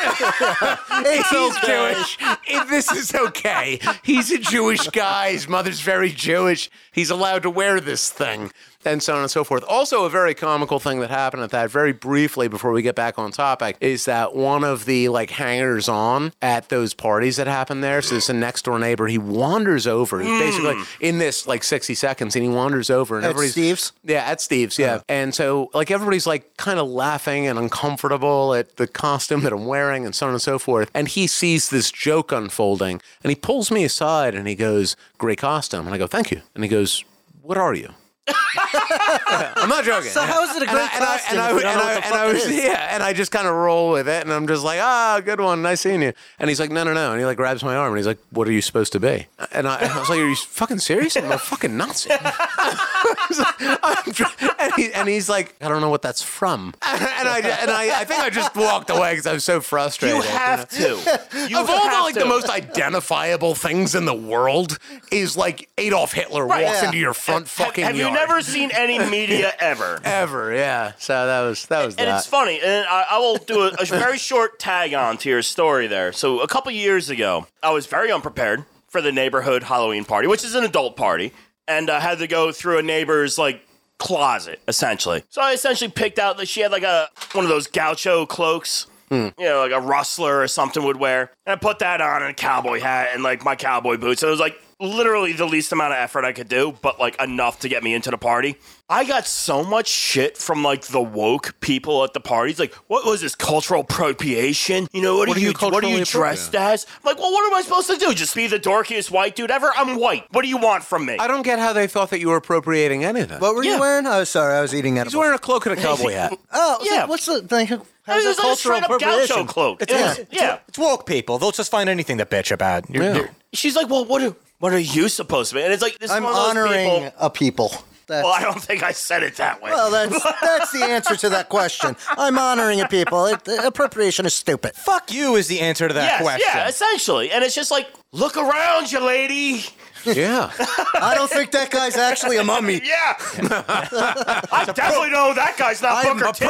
Speaker 2: Hey,
Speaker 4: Phil's Jewish. If this is okay. He's a Jewish guy. His mother's very Jewish. He's allowed to wear this thing, and so on and so forth. Also, a very comical thing that happened at that very briefly before we get back on topic is that one of the like hangers on at those parties that happened there. So this a next door neighbor. He wanders over. He's basically like, in this like sixty seconds, and he wanders over and
Speaker 2: Hmm. At
Speaker 4: everybody's
Speaker 2: Steve's?
Speaker 4: yeah, at Steve's. Yeah. And so, like, everybody's like kind of laughing and uncomfortable at the costume that I'm wearing and so on and so forth. And he sees this joke unfolding and he pulls me aside and he goes, Great costume. And I go, Thank you. And he goes, What are you? I'm not joking.
Speaker 2: So how is it a
Speaker 4: And I-
Speaker 2: great
Speaker 4: and I-
Speaker 2: costume
Speaker 4: And I,
Speaker 2: if you don't
Speaker 4: and
Speaker 2: know
Speaker 4: I-
Speaker 2: what the
Speaker 4: and I
Speaker 2: fuck it
Speaker 4: was,
Speaker 2: is?
Speaker 4: yeah, and I just kind of roll with it, and I'm just like, ah, good one, nice seeing you. And he's like, no, no, no, and he like grabs my arm, and he's like, what are you supposed to be? And I, and I was like, are you fucking serious? I'm a fucking Nazi. I was like, I'm dr- and, he, and he's like, I don't know what that's from. And I and I, I think I just walked away because I was so frustrated.
Speaker 3: You have to. You
Speaker 4: of all the
Speaker 3: have
Speaker 4: like
Speaker 3: to.
Speaker 4: the most identifiable things in the world is like Adolf Hitler
Speaker 3: Right.
Speaker 4: walks
Speaker 2: Yeah.
Speaker 4: into your front fucking
Speaker 3: Have you
Speaker 4: yard.
Speaker 3: never seen any media ever?
Speaker 4: ever? Yeah. So that was that was
Speaker 3: and
Speaker 4: that.
Speaker 3: it's funny. And I, I will do a, a very short tag on to your story there. So a couple years ago, I was very unprepared for the neighborhood Halloween party, which is an adult party, and I had to go through a neighbor's like closet essentially. So I essentially picked out that she had like a one of those gaucho cloaks. You know, like a rustler or something would wear. And I put that on and a cowboy hat and like my cowboy boots. And it was like literally the least amount of effort I could do, but like enough to get me into the party. I got so much shit from like the woke people at the parties. Like, what was this cultural appropriation? You know, what,
Speaker 4: What
Speaker 3: are
Speaker 4: are
Speaker 3: you,
Speaker 4: you
Speaker 3: what are
Speaker 4: culturally
Speaker 3: you dressed as? I'm like, well, what am I supposed to do? Just be the dorkiest white dude ever? I'm white. What do you want from me?
Speaker 4: I don't get how they thought that you were appropriating anything.
Speaker 2: What were
Speaker 3: Yeah.
Speaker 2: you wearing? Oh, sorry, I was eating edibles.
Speaker 4: he's wearing a cloak and a cowboy hat.
Speaker 2: oh, yeah.
Speaker 3: Yeah.
Speaker 2: what's the thing?
Speaker 3: I mean,
Speaker 2: How's
Speaker 3: it was
Speaker 2: that cultural
Speaker 3: like a straight up gaucho
Speaker 2: appropriation?
Speaker 3: cloak.
Speaker 1: It's,
Speaker 3: yeah.
Speaker 1: it's, it's-
Speaker 3: yeah.
Speaker 1: it's woke people. They'll just find anything to bitch about. You're-
Speaker 4: Yeah.
Speaker 1: you're-
Speaker 3: She's like, well, what are, what are you supposed to be? And it's like, this is
Speaker 2: I'm
Speaker 3: one of those
Speaker 2: honoring
Speaker 3: people-
Speaker 2: a people. That's,
Speaker 3: Well, I don't think I said it that way.
Speaker 2: well, that's that's the answer to that question. I'm honoring a people. It, appropriation is stupid.
Speaker 1: Fuck you is the answer to that
Speaker 3: yes,
Speaker 1: question.
Speaker 3: yeah, essentially. And it's just like, look around you, lady.
Speaker 4: yeah.
Speaker 2: I don't think that guy's actually a mummy.
Speaker 3: Yeah. I definitely know that guy's not
Speaker 2: I am
Speaker 3: Booker T.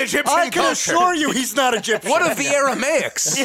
Speaker 4: Egyptian
Speaker 2: I can assure you, he's not Egyptian.
Speaker 4: What of the Aramaics?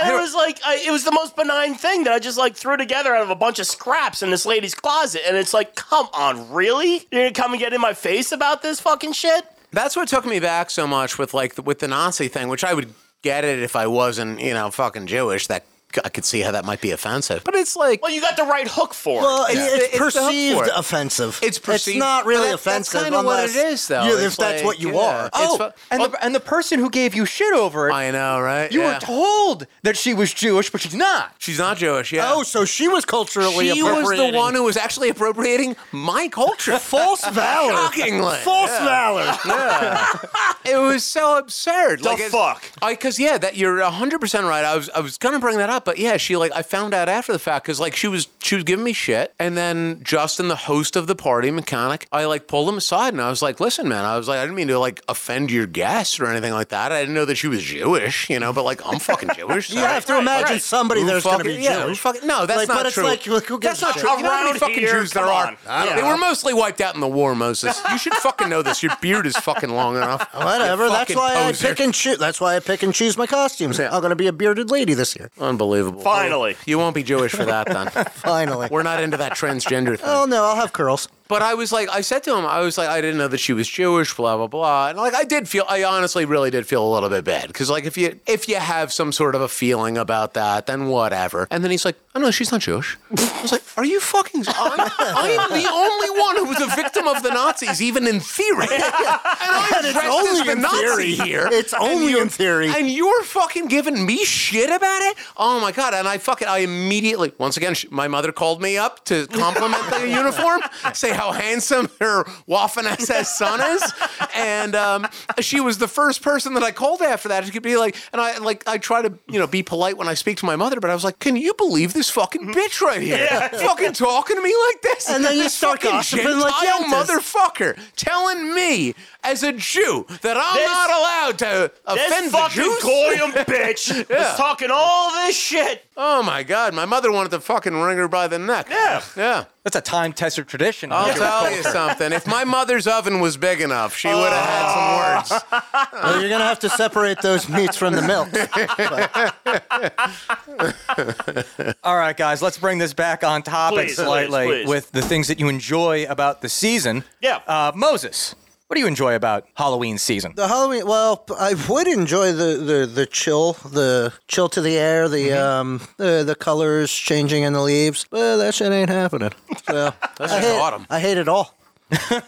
Speaker 3: And it was like, I, it was the most benign thing that I just like threw together out of a bunch of scraps in this lady's closet. And it's like, come on, really? You're gonna come and get in my face about this fucking shit?
Speaker 4: That's what took me back so much with like the, with the Nazi thing, which I would get it if I wasn't, you know, fucking Jewish. That I could see how that might be offensive. But it's like
Speaker 3: Well, you got the right hook for
Speaker 2: Well,
Speaker 3: it.
Speaker 2: it's,
Speaker 4: Yeah.
Speaker 2: it's
Speaker 4: It's the hook for
Speaker 2: perceived
Speaker 4: it.
Speaker 2: offensive.
Speaker 4: It's perceived-
Speaker 2: not really
Speaker 4: but that- that's
Speaker 2: offensive.
Speaker 4: kinda what
Speaker 2: unless
Speaker 4: it is, though.
Speaker 2: you- if
Speaker 4: It's
Speaker 2: that's
Speaker 4: like,
Speaker 2: what you
Speaker 4: yeah.
Speaker 2: are.
Speaker 4: It's
Speaker 1: Oh,
Speaker 4: fu-
Speaker 1: and, the, and the person who gave you shit over it,
Speaker 4: I know, right?
Speaker 1: you
Speaker 4: Yeah.
Speaker 1: were told that she was Jewish, but she's not.
Speaker 4: she's not Jewish. Yeah.
Speaker 2: Oh, so she was culturally
Speaker 4: she was the
Speaker 2: appropriating.
Speaker 4: one who was actually appropriating my culture.
Speaker 2: false valor.
Speaker 4: Shockingly.
Speaker 2: False valor.
Speaker 4: It was so absurd.
Speaker 3: The
Speaker 4: it's-
Speaker 3: fuck?
Speaker 4: I because yeah, that you're hundred percent right. I was I was gonna bring that up. Yeah, but yeah, she like I found out after the fact because like she was she was giving me shit, and then Justin, the host of the party, mechanic, I like pulled him aside and I was like, "Listen, man, I was like, I didn't mean to like offend your guests or anything like that. I didn't know that she was Jewish, you know, but like I'm fucking Jewish.
Speaker 2: You have to imagine somebody there's going to be
Speaker 4: yeah, who
Speaker 2: Jewish.
Speaker 4: fucking, no, that's
Speaker 2: Like,
Speaker 4: not
Speaker 2: but it's
Speaker 4: true.
Speaker 2: like, look, who
Speaker 4: that's
Speaker 2: gives
Speaker 4: not
Speaker 2: a shit?
Speaker 4: true. You know how many
Speaker 3: Around
Speaker 4: fucking
Speaker 3: here,
Speaker 4: Jews there
Speaker 3: come
Speaker 4: are?
Speaker 3: on. I don't
Speaker 4: They
Speaker 3: know.
Speaker 4: were mostly wiped out in the war, Moses. You should fucking know this. Your beard is fucking long enough.
Speaker 2: Oh, Whatever.
Speaker 4: You
Speaker 2: That's
Speaker 4: fucking
Speaker 2: why
Speaker 4: poser.
Speaker 2: I pick and choose. That's why I pick and choose my costumes. I'm going to be a bearded lady this year.
Speaker 4: Unbelievable.
Speaker 3: Finally.
Speaker 4: you won't be Jewish for that then.
Speaker 2: Finally.
Speaker 4: We're not into that transgender thing.
Speaker 2: oh no, I'll have curls.
Speaker 4: But I was like, I said to him, I was like, I didn't know that she was Jewish, blah blah blah, and like I did feel, I honestly really did feel a little bit bad because like if you if you have some sort of a feeling about that, then whatever. And then he's like, oh no, she's not Jewish. I was like, are you fucking? I'm, I am the only one who was a victim of the Nazis, even in theory. And I'm dressed as the Nazi here.
Speaker 2: It's only in theory.
Speaker 4: And you're fucking giving me shit about it? Oh my god! And I fucking I immediately once again sh- my mother called me up to compliment the uniform, say how handsome her Waffen SS son is, and um, she was the first person that I called after that. She could be like, and I like I try to you know be polite when I speak to my mother, but I was like, can you believe this fucking bitch right here? fucking talking to me like this,
Speaker 2: And then you
Speaker 4: This
Speaker 2: start
Speaker 4: fucking
Speaker 2: gossiping like
Speaker 4: Gentile
Speaker 2: Yantas.
Speaker 4: motherfucker telling me as a Jew that I'm
Speaker 3: This-
Speaker 4: not allowed to
Speaker 3: This
Speaker 4: uh, offend the
Speaker 3: fucking
Speaker 4: Jews.
Speaker 3: goyim bitch was talking all this shit.
Speaker 4: Oh my God, my mother wanted to fucking wring her by the neck.
Speaker 3: Yeah.
Speaker 4: Yeah.
Speaker 1: That's a time tested
Speaker 3: Oh,
Speaker 1: tradition.
Speaker 4: I'll
Speaker 1: Yeah.
Speaker 4: tell you something. If my mother's oven was big enough, she would have
Speaker 3: Oh.
Speaker 4: had some words.
Speaker 2: Well, you're going to have to separate those meats from the milk.
Speaker 1: All right, guys, let's bring this back on topic
Speaker 3: Please,
Speaker 1: slightly
Speaker 3: please, please.
Speaker 1: with the things that you enjoy about the season.
Speaker 3: Yeah.
Speaker 1: Uh, Moses, what do you enjoy about Halloween season?
Speaker 2: The Halloween. Well, I would enjoy the, the, the chill, the chill to the air, the um the, the colors changing in the leaves. But that shit ain't happening. So I
Speaker 4: just
Speaker 2: hate,
Speaker 4: autumn.
Speaker 2: I hate it all.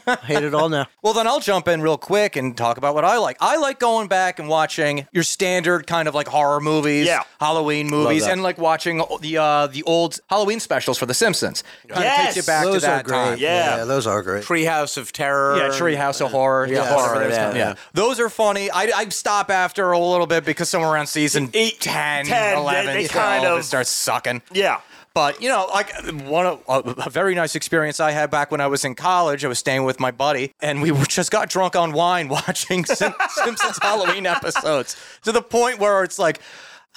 Speaker 2: I hate it all now.
Speaker 1: Well, then I'll jump in real quick and talk about what I like. I like going back and watching your standard kind of like horror movies,
Speaker 3: Yeah.
Speaker 1: Halloween movies,
Speaker 4: that.
Speaker 1: and like watching the uh, the old Halloween specials for The Simpsons. Kind
Speaker 3: Yes.
Speaker 1: of takes you back
Speaker 2: those
Speaker 1: to that
Speaker 2: are great.
Speaker 1: time.
Speaker 3: Yeah.
Speaker 2: those are great.
Speaker 4: Treehouse of Terror.
Speaker 1: Yeah, Treehouse of Horror. Yeah,
Speaker 4: horror,
Speaker 1: whatever it was
Speaker 4: yeah,
Speaker 1: called.
Speaker 4: yeah.
Speaker 1: Those are funny. I, I stop after a little bit because somewhere around season
Speaker 3: Eight,
Speaker 1: 10,
Speaker 3: 10, they-
Speaker 1: 11,
Speaker 3: they
Speaker 1: 12,
Speaker 3: kind of-
Speaker 1: it oh, starts sucking.
Speaker 3: Yeah.
Speaker 1: But you know, like one of, a, a very nice experience I had back when I was in college. I was staying with my buddy, and we were, just got drunk on wine watching Sim- Simpsons Halloween episodes to the point where it's like.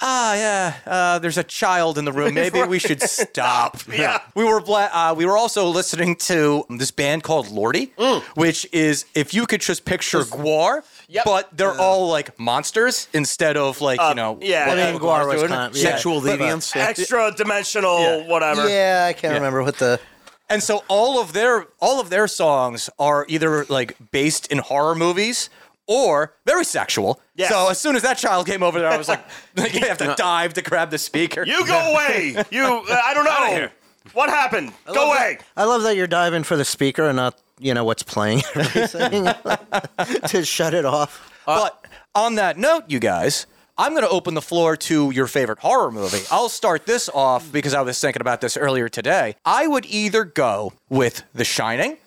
Speaker 1: Ah, yeah. Uh, there's a child in the room. Maybe we should stop.
Speaker 3: Yeah.
Speaker 1: We were bla- uh, we were also listening to this band called Lordy, which is if you could just picture Guar,
Speaker 3: Yep.
Speaker 1: but they're all like monsters instead of like you know
Speaker 3: yeah,
Speaker 1: what
Speaker 3: I
Speaker 2: mean,
Speaker 1: Guar's
Speaker 2: Guar was
Speaker 1: doing.
Speaker 2: kind of- yeah.
Speaker 4: Sexual deviance. Yeah.
Speaker 3: Extra dimensional whatever.
Speaker 2: Yeah, I can't remember what the
Speaker 1: And so all of their all of their songs are either like based in horror movies or very sexual.
Speaker 3: Yes.
Speaker 1: So as soon as that child came over there, I was like, you have to dive to grab the speaker.
Speaker 3: You go away. You uh, I don't know.
Speaker 4: here.
Speaker 3: What happened? Go away.
Speaker 2: I love that you're diving for the speaker and not, you know, what's playing everything to shut it off.
Speaker 1: but on that note, you guys, I'm going to open the floor to your favorite horror movie. I'll start this off because I was thinking about this earlier today. I would either go with The Shining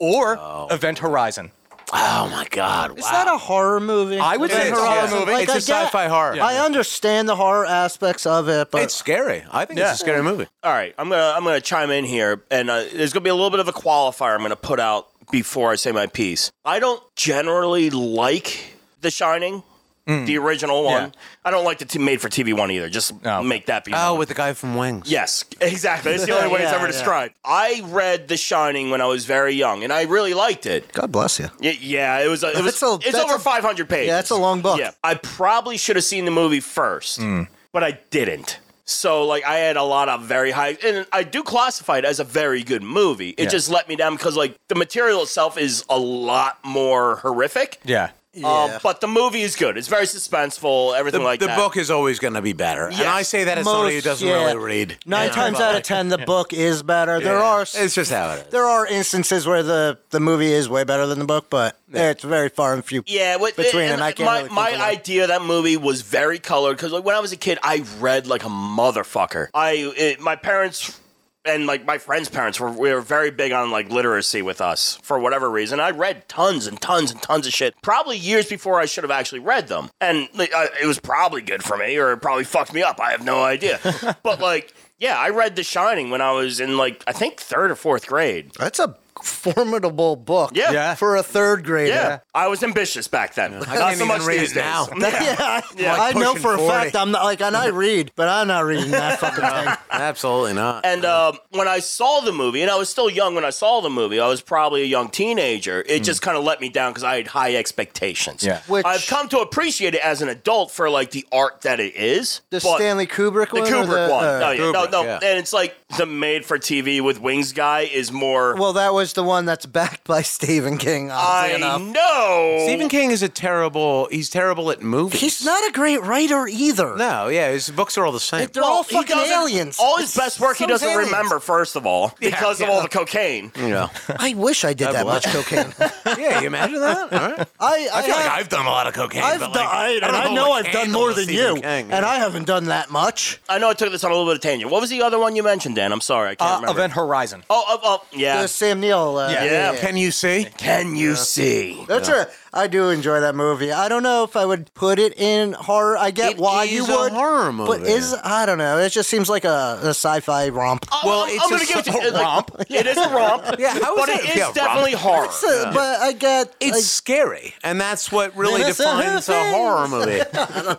Speaker 1: or Event Horizon.
Speaker 4: Oh my God.
Speaker 2: Is
Speaker 4: wow.
Speaker 2: that a horror movie?
Speaker 1: I would
Speaker 2: Is
Speaker 1: say
Speaker 2: it
Speaker 1: it's a horror movie.
Speaker 2: Like,
Speaker 4: It's
Speaker 2: I
Speaker 4: a
Speaker 2: get-
Speaker 4: sci-fi horror.
Speaker 2: I understand the horror aspects of it, but
Speaker 4: It's scary. I think
Speaker 1: Yeah.
Speaker 4: it's a scary movie.
Speaker 3: All right, I'm gonna I'm gonna chime in here, and uh, there's gonna be a little bit of a qualifier I'm gonna put out before I say my piece. I don't generally like The Shining, the original one.
Speaker 1: Yeah.
Speaker 3: I don't like the t- made for TV one either. Just
Speaker 1: Oh.
Speaker 3: make that be.
Speaker 4: Oh,
Speaker 3: known.
Speaker 4: with the guy from Wings.
Speaker 3: Yes, exactly. It's the only way it's
Speaker 2: Yeah,
Speaker 3: ever
Speaker 2: yeah.
Speaker 3: described. I read The Shining when I was very young, and I really liked it.
Speaker 2: God bless you.
Speaker 3: Y- Yeah, it was. A, it was.
Speaker 2: That's a-
Speaker 3: it's
Speaker 2: that's
Speaker 3: over
Speaker 2: a-
Speaker 3: 500 pages.
Speaker 2: Yeah, that's a long book.
Speaker 3: Yeah, I probably should have seen the movie first,
Speaker 4: Hmm.
Speaker 3: but I didn't. So like, I had a lot of very high, and I do classify it as a very good movie. It just let me down because like the material itself is a lot more horrific.
Speaker 1: Yeah.
Speaker 3: Um,
Speaker 2: Yeah.
Speaker 3: but the movie is good. It's very suspenseful. Everything
Speaker 4: The,
Speaker 3: like
Speaker 4: the
Speaker 3: that.
Speaker 4: book is always going to be better.
Speaker 3: Yes.
Speaker 4: And I say that as somebody who
Speaker 2: Most-
Speaker 4: doesn't
Speaker 2: yeah.
Speaker 4: really read.
Speaker 2: Nine
Speaker 4: Yeah.
Speaker 2: times out of ten, the book is better. There are s-
Speaker 4: It's just how it is.
Speaker 2: there are instances where the, the movie is way better than the book, but it's very far and few.
Speaker 3: Yeah, what,
Speaker 2: between,
Speaker 3: and
Speaker 2: and I can't
Speaker 3: my
Speaker 2: really think
Speaker 3: my
Speaker 2: of one.
Speaker 3: idea of that movie was very colored because like when I was a kid, I read like a motherfucker. I it, my parents and like my friends' parents were we were very big on like literacy with us for whatever reason. I read tons and tons and tons of shit, probably years before I should have actually read them, and like, I, it was probably good for me or it probably fucked me up. I have no idea, but like. Yeah, I read The Shining when I was in like I think third or fourth grade.
Speaker 2: That's a formidable book
Speaker 3: Yeah.
Speaker 1: Yeah.
Speaker 2: for a third grader.
Speaker 3: Yeah, I was ambitious back then.
Speaker 4: I
Speaker 3: Not
Speaker 4: can't
Speaker 3: so
Speaker 4: even
Speaker 3: much
Speaker 4: read
Speaker 3: these
Speaker 4: it
Speaker 3: days.
Speaker 4: now.
Speaker 2: That- yeah, I-
Speaker 3: Yeah.
Speaker 2: I know
Speaker 4: Pushing
Speaker 2: for a
Speaker 4: 40.
Speaker 2: fact I'm not like and I read, but I'm not reading that fucking thing.
Speaker 4: Absolutely not.
Speaker 3: And um, when I saw the movie, and I was still young when I saw the movie, I was probably a young teenager. It
Speaker 4: Mm-hmm.
Speaker 3: just kind of let me down because I had high expectations.
Speaker 1: Yeah.
Speaker 2: Which-
Speaker 3: I've come to appreciate it as an adult for like the art that it is.
Speaker 2: The
Speaker 3: but-
Speaker 2: Stanley Kubrick
Speaker 3: the
Speaker 2: one. or
Speaker 3: Kubrick one.
Speaker 2: uh,
Speaker 3: no, yeah, no,
Speaker 4: Kubrick,
Speaker 3: no.
Speaker 4: yeah.
Speaker 3: And it's like the made for TV with wings guy is more.
Speaker 2: well, that was the one that's backed by Stephen King. Oddly
Speaker 3: I
Speaker 2: enough,
Speaker 3: know.
Speaker 4: Stephen King is a terrible. He's terrible at movies.
Speaker 2: he's not a great writer either.
Speaker 4: No, yeah, his books are all the same.
Speaker 2: They're all
Speaker 3: he
Speaker 2: fucking
Speaker 3: doesn't-
Speaker 2: aliens.
Speaker 3: All his
Speaker 2: It's
Speaker 3: best work he
Speaker 2: some
Speaker 3: doesn't
Speaker 2: aliens.
Speaker 3: remember, first of all, because of
Speaker 4: yeah.
Speaker 3: all the cocaine.
Speaker 4: yeah.
Speaker 2: I wish I did
Speaker 4: God
Speaker 2: that
Speaker 4: bless.
Speaker 2: much cocaine.
Speaker 4: yeah, you imagine that? All right.
Speaker 2: I, I, have,
Speaker 4: I've done a lot of cocaine.
Speaker 2: I've
Speaker 4: but,
Speaker 2: done,
Speaker 4: like,
Speaker 2: I, and
Speaker 4: don't
Speaker 2: I know,
Speaker 4: what
Speaker 2: I've done
Speaker 4: candle
Speaker 2: more than
Speaker 4: Stephen
Speaker 2: you,
Speaker 4: King,
Speaker 2: and
Speaker 4: yeah.
Speaker 2: I haven't done that much.
Speaker 3: I know I took this on a little bit of tangent. What was the other one you mentioned, Dan? I'm sorry, I can't
Speaker 1: Uh,
Speaker 3: remember.
Speaker 1: Event Horizon.
Speaker 3: Oh, oh, oh, yeah.
Speaker 2: The Sam Neill. Uh,
Speaker 1: Yeah.
Speaker 3: Yeah.
Speaker 4: Can you see?
Speaker 3: Can you see?
Speaker 2: That's a. I do enjoy that movie. I don't know if I would put it in horror. I get
Speaker 4: It
Speaker 2: why
Speaker 4: is
Speaker 2: you
Speaker 4: a
Speaker 2: would.
Speaker 4: horror
Speaker 2: But
Speaker 4: movie.
Speaker 2: is I don't know. It just seems like a, a sci-fi romp.
Speaker 3: well,
Speaker 4: Well,
Speaker 3: I'm,
Speaker 4: it's
Speaker 3: I'm
Speaker 4: a
Speaker 3: gonna give it to
Speaker 4: sort
Speaker 3: you.
Speaker 4: of
Speaker 3: Like,
Speaker 4: romp.
Speaker 3: It is a romp.
Speaker 4: Yeah, how is
Speaker 3: but
Speaker 4: that-
Speaker 3: it is
Speaker 4: yeah, romp.
Speaker 3: definitely horror.
Speaker 2: So- But I get
Speaker 4: It's
Speaker 2: like,
Speaker 4: scary, and that's what really
Speaker 2: That's a
Speaker 4: defines a
Speaker 2: horror
Speaker 4: horror movie.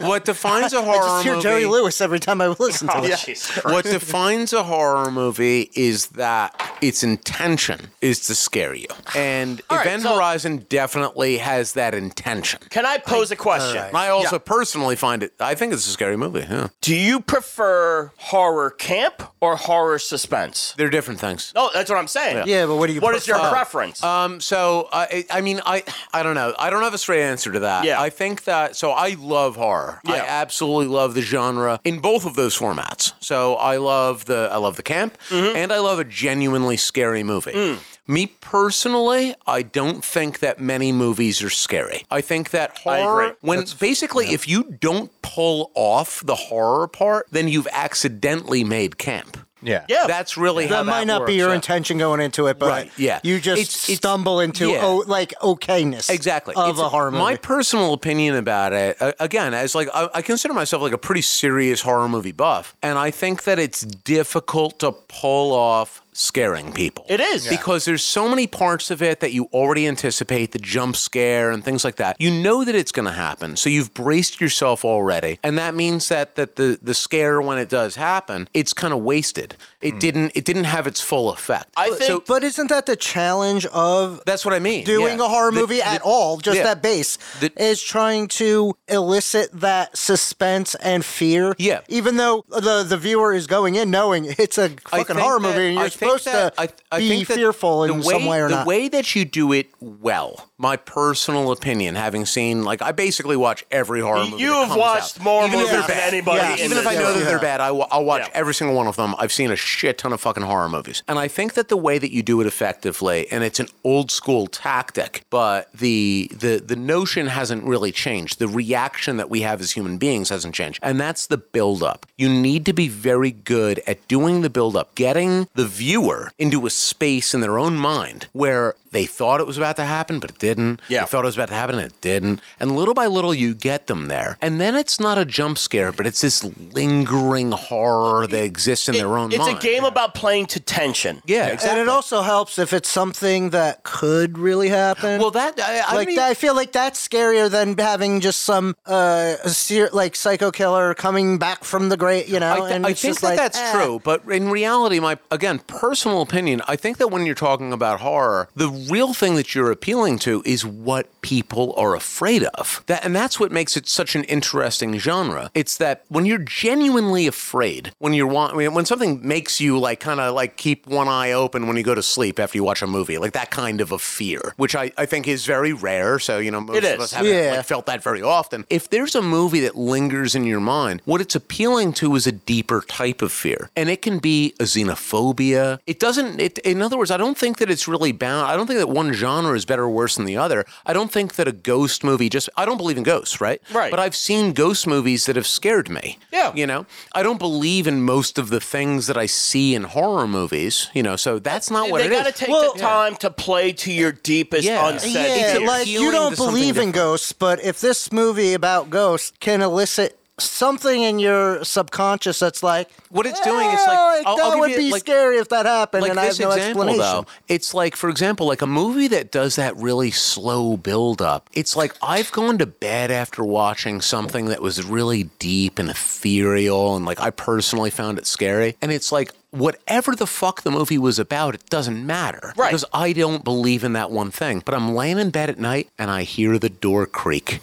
Speaker 4: what defines a
Speaker 2: I
Speaker 4: horror
Speaker 2: just hear
Speaker 4: movie?
Speaker 2: Jerry Lewis every time I listen to
Speaker 3: Oh,
Speaker 2: it.
Speaker 3: Jesus Christ.
Speaker 4: what defines a horror movie is that its intention is to scare you. And
Speaker 3: All right,
Speaker 4: Event
Speaker 3: so-
Speaker 4: Horizon definitely has that intention.
Speaker 3: Can I pose a question?
Speaker 4: And I also personally find it, I think it's a scary movie. Yeah.
Speaker 3: Do you prefer horror camp or horror suspense?
Speaker 4: They're different things.
Speaker 3: No, that's what I'm saying.
Speaker 2: Yeah, but what do you?
Speaker 3: What is your
Speaker 2: prefer? Uh,
Speaker 3: preference?
Speaker 4: Um, so I, I mean, I, I don't know. I don't have a straight answer to that.
Speaker 3: Yeah.
Speaker 4: I think that. So I love horror. I
Speaker 3: Yeah.
Speaker 4: absolutely love the genre in both of those formats. So I love the, I love the camp,
Speaker 3: Mm-hmm.
Speaker 4: and I love a genuinely scary movie.
Speaker 3: Mm.
Speaker 4: Me personally, I don't think that many movies are scary. I think that
Speaker 3: I agree.
Speaker 4: horror, when basically, if you don't pull off the horror part, then you've accidentally made camp.
Speaker 1: Yeah.
Speaker 3: yeah.
Speaker 4: That's really how
Speaker 2: That might not be
Speaker 4: works
Speaker 2: your
Speaker 4: out.
Speaker 2: intention going into it, but
Speaker 4: Right, yeah.
Speaker 2: you just
Speaker 4: It's- it's-
Speaker 2: stumble into
Speaker 4: yeah.
Speaker 2: oh, like okayness
Speaker 4: exactly
Speaker 2: of
Speaker 4: It's-
Speaker 2: a horror movie.
Speaker 4: My personal opinion about it, uh, again, as like I, I consider myself like a pretty serious horror movie buff, and I think that it's difficult to pull off scaring people.
Speaker 3: It is. Yeah.
Speaker 4: because there's so many parts of it that you already anticipate the jump scare and things like that. You know that it's going to happen, so you've braced yourself already, and that means that that the the scare when it does happen, it's kind of wasted.
Speaker 2: Hmm.
Speaker 4: It didn't it didn't have its full effect.
Speaker 3: I think-
Speaker 4: so,
Speaker 2: but isn't that the challenge of
Speaker 4: that's what I mean.
Speaker 2: doing
Speaker 4: yeah.
Speaker 2: a horror
Speaker 4: The-
Speaker 2: movie
Speaker 4: the-
Speaker 2: at all, just
Speaker 4: yeah.
Speaker 2: that base,
Speaker 4: The-
Speaker 2: is trying to elicit that suspense and fear.
Speaker 4: Yeah.
Speaker 2: Even though the the viewer is going in knowing it's a fucking
Speaker 4: think
Speaker 2: horror
Speaker 4: that-
Speaker 2: movie and you're
Speaker 4: I think
Speaker 2: supposed
Speaker 4: that-
Speaker 2: to
Speaker 4: I- I
Speaker 2: be
Speaker 4: think that
Speaker 2: fearful in
Speaker 4: the way,
Speaker 2: some way or
Speaker 4: the
Speaker 2: not.
Speaker 4: way that you do it well, my personal opinion, having seen like I basically watch every horror movie.
Speaker 3: you
Speaker 4: that
Speaker 3: have
Speaker 4: comes
Speaker 3: watched
Speaker 4: out.
Speaker 3: more
Speaker 4: Even if
Speaker 3: movies
Speaker 4: they're
Speaker 3: than
Speaker 4: bad.
Speaker 3: anybody.
Speaker 2: Yeah,
Speaker 3: in
Speaker 4: Even if
Speaker 3: this
Speaker 4: I know
Speaker 3: room.
Speaker 4: that they're bad, I wa- I'll watch
Speaker 3: Yeah.
Speaker 4: every single one of them. I've seen a shit ton of fucking horror movies. And I think that the way that you do it effectively, and it's an old school tactic, but the the the notion hasn't really changed. The reaction that we have as human beings hasn't changed. And that's the buildup. You need to be very good at doing the buildup, getting the viewer into a space in their own mind where they thought it was about to happen, but it didn't.
Speaker 3: Yeah.
Speaker 4: They thought it was about to happen, and it didn't. And little by little, you get them there. And then it's not a jump scare, but it's this lingering horror that exists in their own
Speaker 3: it's
Speaker 4: mind.
Speaker 3: a game about playing to tension.
Speaker 4: Yeah, exactly.
Speaker 2: And it also helps if it's something that could really happen.
Speaker 4: well, that I, I
Speaker 2: like
Speaker 4: don't
Speaker 2: that,
Speaker 4: even-
Speaker 2: I feel like that's scarier than having just some uh ser- like psycho killer coming back from the grave, you know.
Speaker 4: I, th-
Speaker 2: and
Speaker 4: I
Speaker 2: it's
Speaker 4: think
Speaker 2: just
Speaker 4: that
Speaker 2: like,
Speaker 4: that's
Speaker 2: eh.
Speaker 4: true, but in reality, my again personal opinion, I think that when you're talking about horror, the real thing that you're appealing to is what people are afraid of. That and that's what makes it such an interesting genre. It's that when you're genuinely afraid, when you're want, I mean, when something makes you like kind of like keep one eye open when you go to sleep after you watch a movie, like that kind of a fear, which I, I think is very rare. So you know, most
Speaker 3: It
Speaker 4: of
Speaker 3: is.
Speaker 4: us haven't
Speaker 2: Yeah.
Speaker 4: like, felt that very often. If there's a movie that lingers in your mind, what it's appealing to is a deeper type of fear. And it can be a xenophobia. It doesn't it in other words, I don't think that it's really bound I don't think think that one genre is better or worse than the other. I don't think that a ghost movie just. I don't believe in ghosts, right?
Speaker 3: Right.
Speaker 4: But I've seen ghost movies that have scared me.
Speaker 3: Yeah.
Speaker 4: You know, I don't believe in most of the things that I see in horror movies. You know, so that's not what
Speaker 3: they
Speaker 4: it
Speaker 3: gotta
Speaker 4: is.
Speaker 3: take
Speaker 2: Well-
Speaker 3: the time to play to your deepest
Speaker 4: Yeah.
Speaker 3: unsaid
Speaker 2: Yeah,
Speaker 3: fears.
Speaker 2: like you
Speaker 4: Healing
Speaker 2: don't
Speaker 4: to something
Speaker 2: believe in
Speaker 4: different.
Speaker 2: ghosts, but if this movie about ghosts can elicit something in your subconscious that's like,
Speaker 4: What it's doing, it's like-
Speaker 2: "Oh,
Speaker 4: I'll-
Speaker 2: that
Speaker 4: I'll give
Speaker 2: would
Speaker 4: you,
Speaker 2: be
Speaker 4: like-
Speaker 2: scary if that happened,
Speaker 4: like
Speaker 2: and I
Speaker 4: this
Speaker 2: have no
Speaker 4: example,
Speaker 2: explanation.
Speaker 4: though, it's like, for example, like a movie that does that really slow build up. It's like I've gone to bed after watching something that was really deep and ethereal, and like I personally found it scary. And it's like whatever the fuck the movie was about, it doesn't matter,
Speaker 3: Right.
Speaker 4: Because I don't believe in that one thing. But I'm laying in bed at night and I hear the door creak,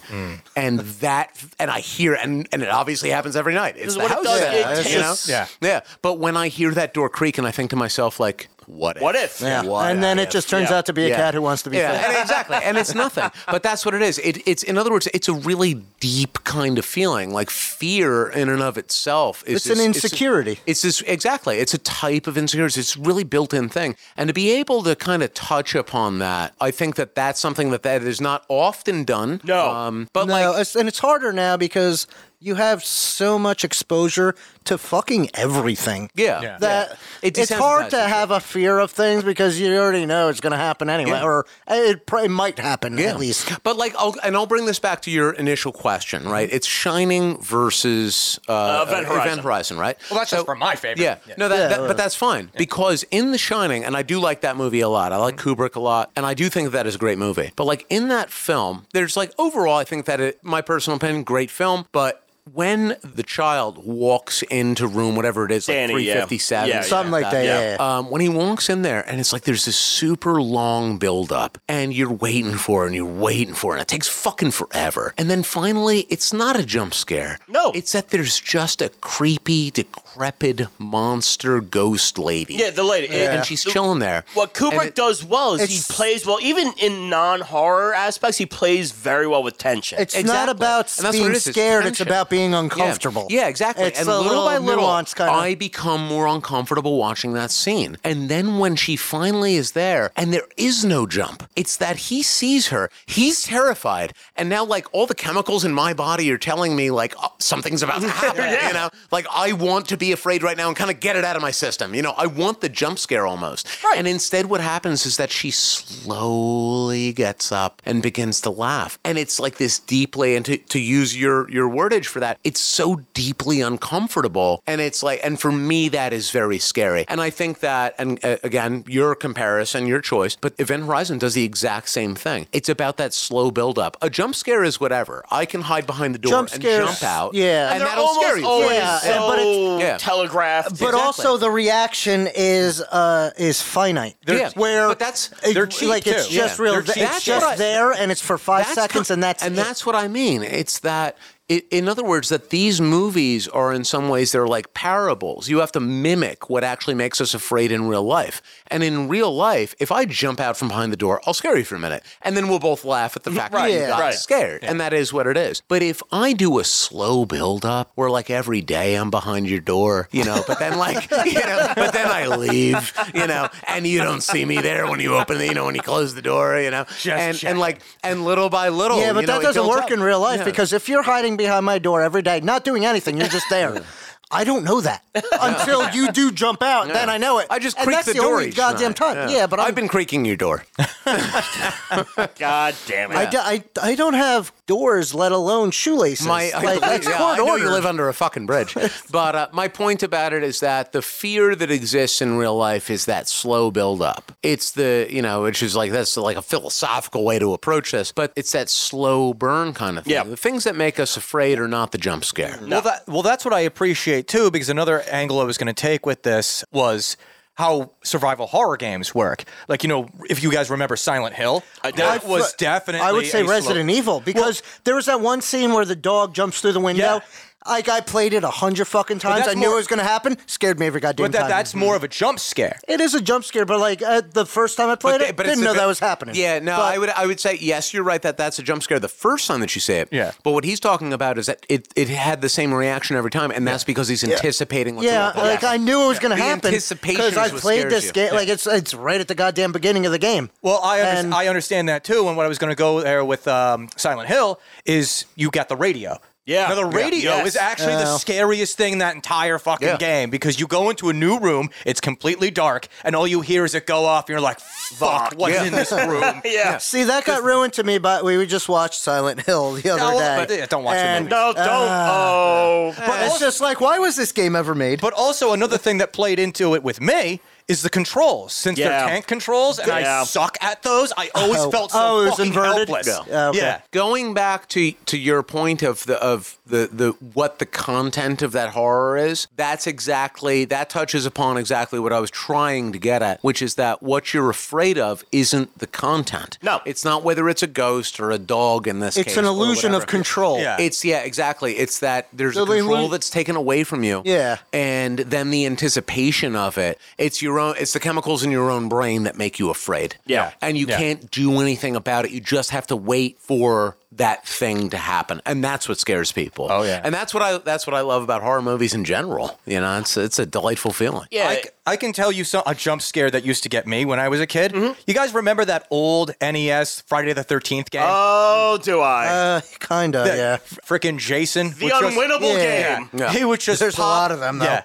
Speaker 4: and that, and I hear, and and it obviously happens every night. It's
Speaker 3: is
Speaker 4: the
Speaker 3: what it
Speaker 4: house
Speaker 3: does.
Speaker 4: that-
Speaker 3: It
Speaker 4: you know?
Speaker 2: takes-
Speaker 1: Yeah.
Speaker 4: Yeah, but when I hear that door creak and I think to myself, like, what if?
Speaker 3: What if?
Speaker 2: Yeah. and then it just turns
Speaker 3: Yeah.
Speaker 2: out to be a
Speaker 4: Yeah.
Speaker 2: cat who wants to be
Speaker 4: Yeah,
Speaker 2: fed.
Speaker 4: and exactly. And it's nothing. But that's what it is. It, it's, in other words, it's a really deep kind of feeling. Like fear in and of itself
Speaker 2: It's
Speaker 4: is
Speaker 2: an
Speaker 4: this-
Speaker 2: insecurity.
Speaker 4: It's, this, exactly. It's a type of insecurity. It's really built in thing. And to be able to kind of touch upon that, I think that that's something that, that is not often done. um,
Speaker 3: No.
Speaker 4: but
Speaker 2: No,
Speaker 4: like,
Speaker 2: it's, and it's harder now because you have so much exposure to fucking everything.
Speaker 4: yeah.
Speaker 1: Yeah.
Speaker 2: That
Speaker 4: It
Speaker 2: it's hard to
Speaker 4: desensitizes you.
Speaker 2: have a fear of things because you already know it's going to happen anyway,
Speaker 4: Yeah.
Speaker 2: or it, pr- it might happen at least.
Speaker 4: But like, I'll, and I'll bring this back to your initial question, right? It's Shining versus uh,
Speaker 3: Event Horizon.
Speaker 4: right?
Speaker 1: Well, that's just for my favorite.
Speaker 4: Yeah,
Speaker 1: Yeah.
Speaker 4: no, that,
Speaker 2: Yeah,
Speaker 4: that-
Speaker 2: uh,
Speaker 4: but that's fine because in The Shining, and I do like that movie a lot. I like
Speaker 3: Mm-hmm.
Speaker 4: Kubrick a lot, and I do think that is a great movie. But like in that film, there's like overall, I think that it, my personal opinion, great film, but. When the child walks into room, whatever it is, like
Speaker 3: Danny, yeah.
Speaker 4: 357,
Speaker 3: Yeah, yeah.
Speaker 2: Something like that, yeah.
Speaker 4: um, when he walks in there and it's like there's this super long buildup and you're waiting for it and you're waiting for it and it takes fucking forever and then finally it's not a jump scare
Speaker 3: No.
Speaker 4: it's that there's just a creepy decrepit monster ghost lady
Speaker 3: Yeah, the lady. It-
Speaker 4: and she's chilling there
Speaker 3: What Kubrick
Speaker 4: And it-
Speaker 3: does well is
Speaker 2: it's-
Speaker 3: he plays well, even in non-horror aspects, he plays very well with tension.
Speaker 2: It's not
Speaker 4: Exactly.
Speaker 2: about
Speaker 4: And that's what
Speaker 2: being
Speaker 4: it is, it's
Speaker 2: scared. It's
Speaker 4: tension.
Speaker 2: about being
Speaker 4: Yeah.
Speaker 2: uncomfortable.
Speaker 4: Yeah, exactly.
Speaker 2: It's a little, by little nuanced kind
Speaker 4: I
Speaker 2: of.
Speaker 4: become more uncomfortable watching that scene. And then when she finally is there and there is no jump, it's that he sees her, he's terrified. And now, like, all the chemicals in my body are telling me, like, oh, something's about to happen. You know, like, I want to be afraid right now and kind of get it out of my system. You know, I want the jump scare almost.
Speaker 3: Right.
Speaker 4: And instead, what happens is that she slowly gets up and begins to laugh. And it's like this deeply, and to, to use your, your wordage for that, it's so deeply uncomfortable. And it's like, and for me, that is very scary. And I think that, and uh, again, your comparison, your choice, but Event Horizon does the exact same thing. It's about that slow buildup. A jump scare is whatever. I can hide behind the door
Speaker 2: Jump
Speaker 4: and
Speaker 2: scares,
Speaker 4: jump out.
Speaker 2: yeah.
Speaker 4: And,
Speaker 2: And
Speaker 3: they're
Speaker 4: that'll
Speaker 3: almost
Speaker 4: scare you.
Speaker 3: always
Speaker 2: Yeah,
Speaker 3: so
Speaker 2: but
Speaker 4: it's- Yeah.
Speaker 3: telegraphed.
Speaker 2: but
Speaker 4: Exactly.
Speaker 2: also, the reaction is uh, is finite.
Speaker 4: They're-
Speaker 2: Where
Speaker 4: but that's-
Speaker 2: it-
Speaker 1: they're cheap,
Speaker 2: like it's
Speaker 1: too.
Speaker 2: just
Speaker 4: Yeah.
Speaker 2: real.
Speaker 4: They're
Speaker 2: It's
Speaker 4: cheap. That's
Speaker 2: just
Speaker 4: what I-
Speaker 2: there, and it's for five
Speaker 4: That's
Speaker 2: seconds,
Speaker 4: not-
Speaker 2: and that's
Speaker 4: and
Speaker 2: it.
Speaker 4: that's what I mean. It's that. i in other words, that these movies are in some ways they're like parables. You have to mimic what actually makes us afraid in real life. And in real life, if I jump out from behind the door, I'll scare you for a minute, and then we'll both laugh at the fact that you
Speaker 2: Yeah.
Speaker 4: got
Speaker 3: Right.
Speaker 4: scared, and that is what it is. But if I do a slow build up, where like every day I'm behind your door, you know, but then like you know, but then I leave, you know, and you don't see me there when you open, the, you know, when you close the door, you know, and
Speaker 1: checking.
Speaker 4: and like and little by little
Speaker 2: yeah, but
Speaker 4: you know,
Speaker 2: that
Speaker 4: it
Speaker 2: doesn't
Speaker 4: builds
Speaker 2: work
Speaker 4: up.
Speaker 2: in real life
Speaker 4: Yeah.
Speaker 2: because if you're hiding behind my door every day, not doing anything, you're just there. I don't know that until you do jump out. Then I know it.
Speaker 4: I just
Speaker 2: and
Speaker 4: creak
Speaker 2: that's
Speaker 4: the,
Speaker 2: the,
Speaker 4: door
Speaker 2: only
Speaker 4: each
Speaker 2: goddamn
Speaker 4: night.
Speaker 2: time. Yeah, but
Speaker 4: I've
Speaker 2: I'm
Speaker 4: been creaking your door.
Speaker 3: God damn it.
Speaker 2: I, do, I, I don't have doors, let alone shoelaces.
Speaker 4: My,
Speaker 2: like,
Speaker 4: I, believe-
Speaker 2: that's
Speaker 4: yeah,
Speaker 2: court
Speaker 4: I know
Speaker 2: ordered.
Speaker 4: you live under a fucking bridge, but uh, my point about it is that the fear that exists in real life is that slow build up. It's the you know, which is like that's like a philosophical way to approach this, but it's that slow burn kind of thing.
Speaker 3: Yeah.
Speaker 4: The things that make us afraid are not the jump scare.
Speaker 1: Well, that, well, that's what I appreciate too, because another angle I was going to take with this was how survival horror games work. Like, you know, if you guys remember Silent Hill, that
Speaker 2: I-
Speaker 1: was definitely.
Speaker 2: I would say
Speaker 1: a slow-
Speaker 2: Resident Evil because there was that one scene where the dog jumps through the window.
Speaker 1: Yeah.
Speaker 2: Like I played it a hundred fucking times.
Speaker 1: that's
Speaker 2: I knew
Speaker 1: more-
Speaker 2: it was gonna happen. Scared me every goddamn
Speaker 1: But that,
Speaker 2: time.
Speaker 1: that's more of a jump scare.
Speaker 2: It is a jump scare, but like uh, the first time I played
Speaker 4: But-
Speaker 2: it,
Speaker 4: but it's
Speaker 2: didn't
Speaker 4: a
Speaker 2: know
Speaker 4: bit-
Speaker 2: that was happening.
Speaker 4: Yeah, no,
Speaker 2: But
Speaker 4: I would I would say yes, you're right that that's a jump scare the first time that you say it.
Speaker 1: Yeah.
Speaker 4: But what he's talking about is that it, it had the same reaction every time, and that's because he's anticipating what's
Speaker 2: Yeah,
Speaker 4: about to
Speaker 2: like
Speaker 4: happen.
Speaker 2: I knew it was gonna
Speaker 4: The
Speaker 2: happen
Speaker 4: anticipation
Speaker 2: because I
Speaker 4: is what
Speaker 2: played
Speaker 4: scares
Speaker 2: this
Speaker 4: you.
Speaker 2: game. Like it's it's right at the goddamn beginning of the game.
Speaker 1: Well, I under-
Speaker 2: And-
Speaker 1: I understand that too. And what I was going to go there with um, Silent Hill is you got the radio.
Speaker 3: Yeah.
Speaker 1: Now the
Speaker 3: Yeah.
Speaker 1: radio
Speaker 3: Yes.
Speaker 1: is actually the
Speaker 2: Oh.
Speaker 1: scariest thing in that entire fucking
Speaker 4: Yeah.
Speaker 1: game because you go into a new room, it's completely dark, and all you hear is it go off, and you're like, "Fuck, what's
Speaker 4: Yeah.
Speaker 1: in this room?"
Speaker 3: Yeah.
Speaker 2: See, that got ruined to me. But we just watched Silent Hill the other
Speaker 1: well,
Speaker 2: day.
Speaker 1: but, yeah, don't watch the
Speaker 2: and,
Speaker 1: movie.
Speaker 3: No, don't. oh.
Speaker 2: But it's just like, why was this game ever made?
Speaker 1: But also another thing that played into it with me is the controls. Since
Speaker 3: Yeah.
Speaker 1: they're tank controls, and
Speaker 3: Yeah.
Speaker 1: I suck at those, I always
Speaker 2: Oh.
Speaker 1: felt so
Speaker 2: Oh, it was
Speaker 1: fucking
Speaker 2: inverted?
Speaker 1: helpless.
Speaker 2: Yeah. Yeah, okay.
Speaker 1: yeah.
Speaker 4: Going back to to your point of the of the the what the content of that horror is, that's exactly that touches upon exactly what I was trying to get at, which is that what you're afraid of isn't the content.
Speaker 3: No.
Speaker 4: it's not whether it's a ghost or a dog in this
Speaker 2: it's
Speaker 4: case.
Speaker 2: an
Speaker 4: or
Speaker 2: illusion of
Speaker 4: whatever.
Speaker 2: control.
Speaker 1: Yeah.
Speaker 4: It's yeah, exactly. It's that there's
Speaker 2: So
Speaker 4: a
Speaker 2: they
Speaker 4: control
Speaker 2: lose-
Speaker 4: that's taken away from you.
Speaker 2: Yeah.
Speaker 4: And then the anticipation of it. It's your own it's the chemicals in your own brain that make you afraid.
Speaker 3: Yeah.
Speaker 4: And you
Speaker 1: Yeah.
Speaker 4: can't do anything about it. You just have to wait for that thing to happen. And that's what scares people.
Speaker 1: Oh, yeah.
Speaker 4: And that's what I that's what I love about horror movies in general. You know, it's it's a delightful feeling.
Speaker 3: Yeah.
Speaker 1: I, c- I can tell you some, a jump scare that used to get me when I was a kid.
Speaker 3: Mm-hmm.
Speaker 1: You guys remember that old NES Friday the 13th game?
Speaker 3: oh, do I?
Speaker 2: Uh, kinda. yeah.
Speaker 1: Freaking Jason.
Speaker 3: the unwinnable
Speaker 2: Yeah.
Speaker 3: game.
Speaker 4: Yeah.
Speaker 1: He would just
Speaker 2: There's a
Speaker 1: pop-
Speaker 2: lot of them, though.
Speaker 1: Yeah.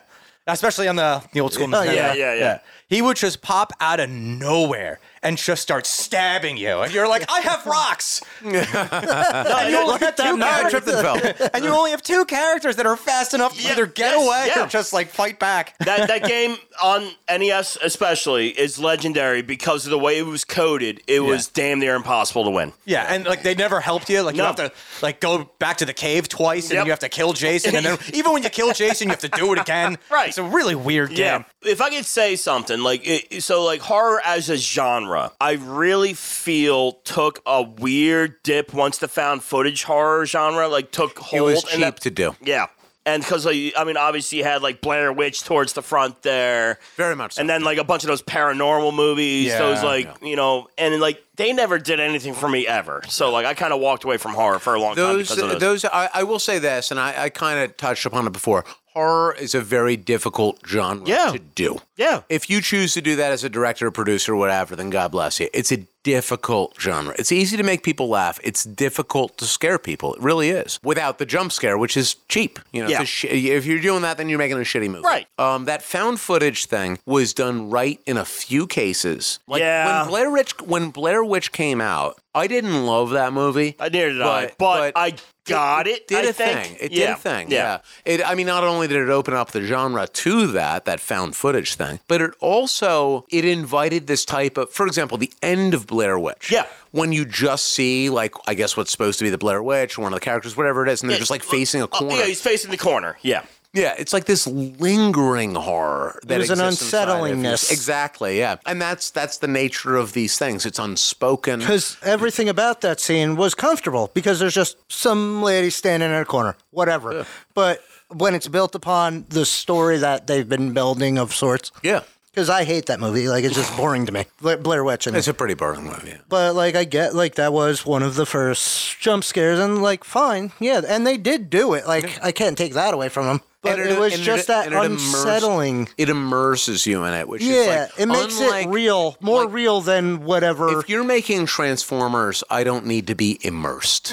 Speaker 1: Especially on the, the old school.
Speaker 2: Oh, yeah.
Speaker 1: Nintendo.
Speaker 3: Yeah, yeah, yeah.
Speaker 1: He would just pop out of nowhere and just start stabbing you. And you're like, I have rocks. and, you only have two
Speaker 4: No, I
Speaker 1: characters-
Speaker 4: tripped and fell.
Speaker 1: and you only have two characters that are fast enough to
Speaker 3: Yeah,
Speaker 1: either get
Speaker 3: yes,
Speaker 1: away
Speaker 3: yeah.
Speaker 1: or just like fight back.
Speaker 3: that that game on NES especially is legendary because of the way it was coded. It was damn near impossible to win.
Speaker 1: Yeah, and like they never helped you. Like you
Speaker 3: No.
Speaker 1: have to like go back to the cave twice, and
Speaker 3: Yep.
Speaker 1: then you have to kill Jason, and then even when you kill Jason, you have to do it again.
Speaker 3: Right.
Speaker 1: It's a really weird game.
Speaker 3: If I could say something, like, it, so, like, horror as a genre, I really feel took a weird dip once the found footage horror genre, like, took
Speaker 4: It
Speaker 3: hold.
Speaker 4: was
Speaker 3: and that-
Speaker 4: cheap to do.
Speaker 3: Yeah. And because, like, I mean, obviously you had, like, Blair Witch towards the front there.
Speaker 4: Very much so.
Speaker 3: And then, like, a bunch of those paranormal movies,
Speaker 1: Yeah.
Speaker 3: those, like, you know, and, like, they never did anything for me ever. So, like, I kind of walked away from horror for a long time
Speaker 4: those uh,
Speaker 3: because of those.
Speaker 4: those I, I will say this and i, I kind of touched upon it before horror is a very difficult genre
Speaker 3: Yeah.
Speaker 4: to do
Speaker 3: yeah.
Speaker 4: if you choose to do that as a director producer or whatever then god bless you it's a difficult genre it's easy to make people laugh it's difficult to scare people it really is without the jump scare which is cheap you know it's
Speaker 3: Yeah.
Speaker 4: a sh- if you're doing that then you're making a shitty movie
Speaker 3: Right.
Speaker 4: um, that found footage thing was done right in a few cases like
Speaker 3: Yeah.
Speaker 4: when blair witch when blair witch came out i didn't love that movie
Speaker 3: I neither did I,
Speaker 4: But-
Speaker 3: but,
Speaker 4: but
Speaker 3: I got it.
Speaker 4: did
Speaker 3: I
Speaker 4: a
Speaker 3: think.
Speaker 4: thing. It
Speaker 3: Yeah.
Speaker 4: did a thing. Yeah. It. I mean, not only did it open up the genre to that that found footage thing, but it also it invited this type of, for example, the end of Blair Witch.
Speaker 3: Yeah.
Speaker 4: When you just see like I guess what's supposed to be the Blair Witch, one of the characters, whatever it is, and they're
Speaker 3: Yeah,
Speaker 4: just like
Speaker 3: uh,
Speaker 4: facing a
Speaker 3: uh,
Speaker 4: corner.
Speaker 3: yeah, he's facing the corner. Yeah.
Speaker 4: Yeah, it's like this lingering horror that
Speaker 2: There's an
Speaker 4: exists inside of you.
Speaker 2: unsettlingness.
Speaker 4: Exactly, yeah, and that's that's the nature of these things. It's unspoken.
Speaker 2: Because everything about that scene was comfortable because there's just some lady standing in a corner, whatever. But when it's built upon the story that they've been building of sorts,
Speaker 4: Yeah,
Speaker 2: because I hate that movie. Like, it's just boring to me. Bla- Blair Witch. I mean.
Speaker 4: it's a pretty boring movie. yeah.
Speaker 2: But, like, I get, like, that was one of the first jump scares, and, like, fine. Yeah. And they did do it. Like, I can't take that away from them. But
Speaker 4: And
Speaker 2: it, was
Speaker 4: and
Speaker 2: just that
Speaker 4: and it immersed-
Speaker 2: unsettling.
Speaker 4: it immerses you in it, which is
Speaker 2: yeah.
Speaker 4: like,
Speaker 2: it makes
Speaker 4: unlike-
Speaker 2: it real, more
Speaker 4: like-
Speaker 2: real than whatever.
Speaker 4: If you're making Transformers, I don't need to be immersed.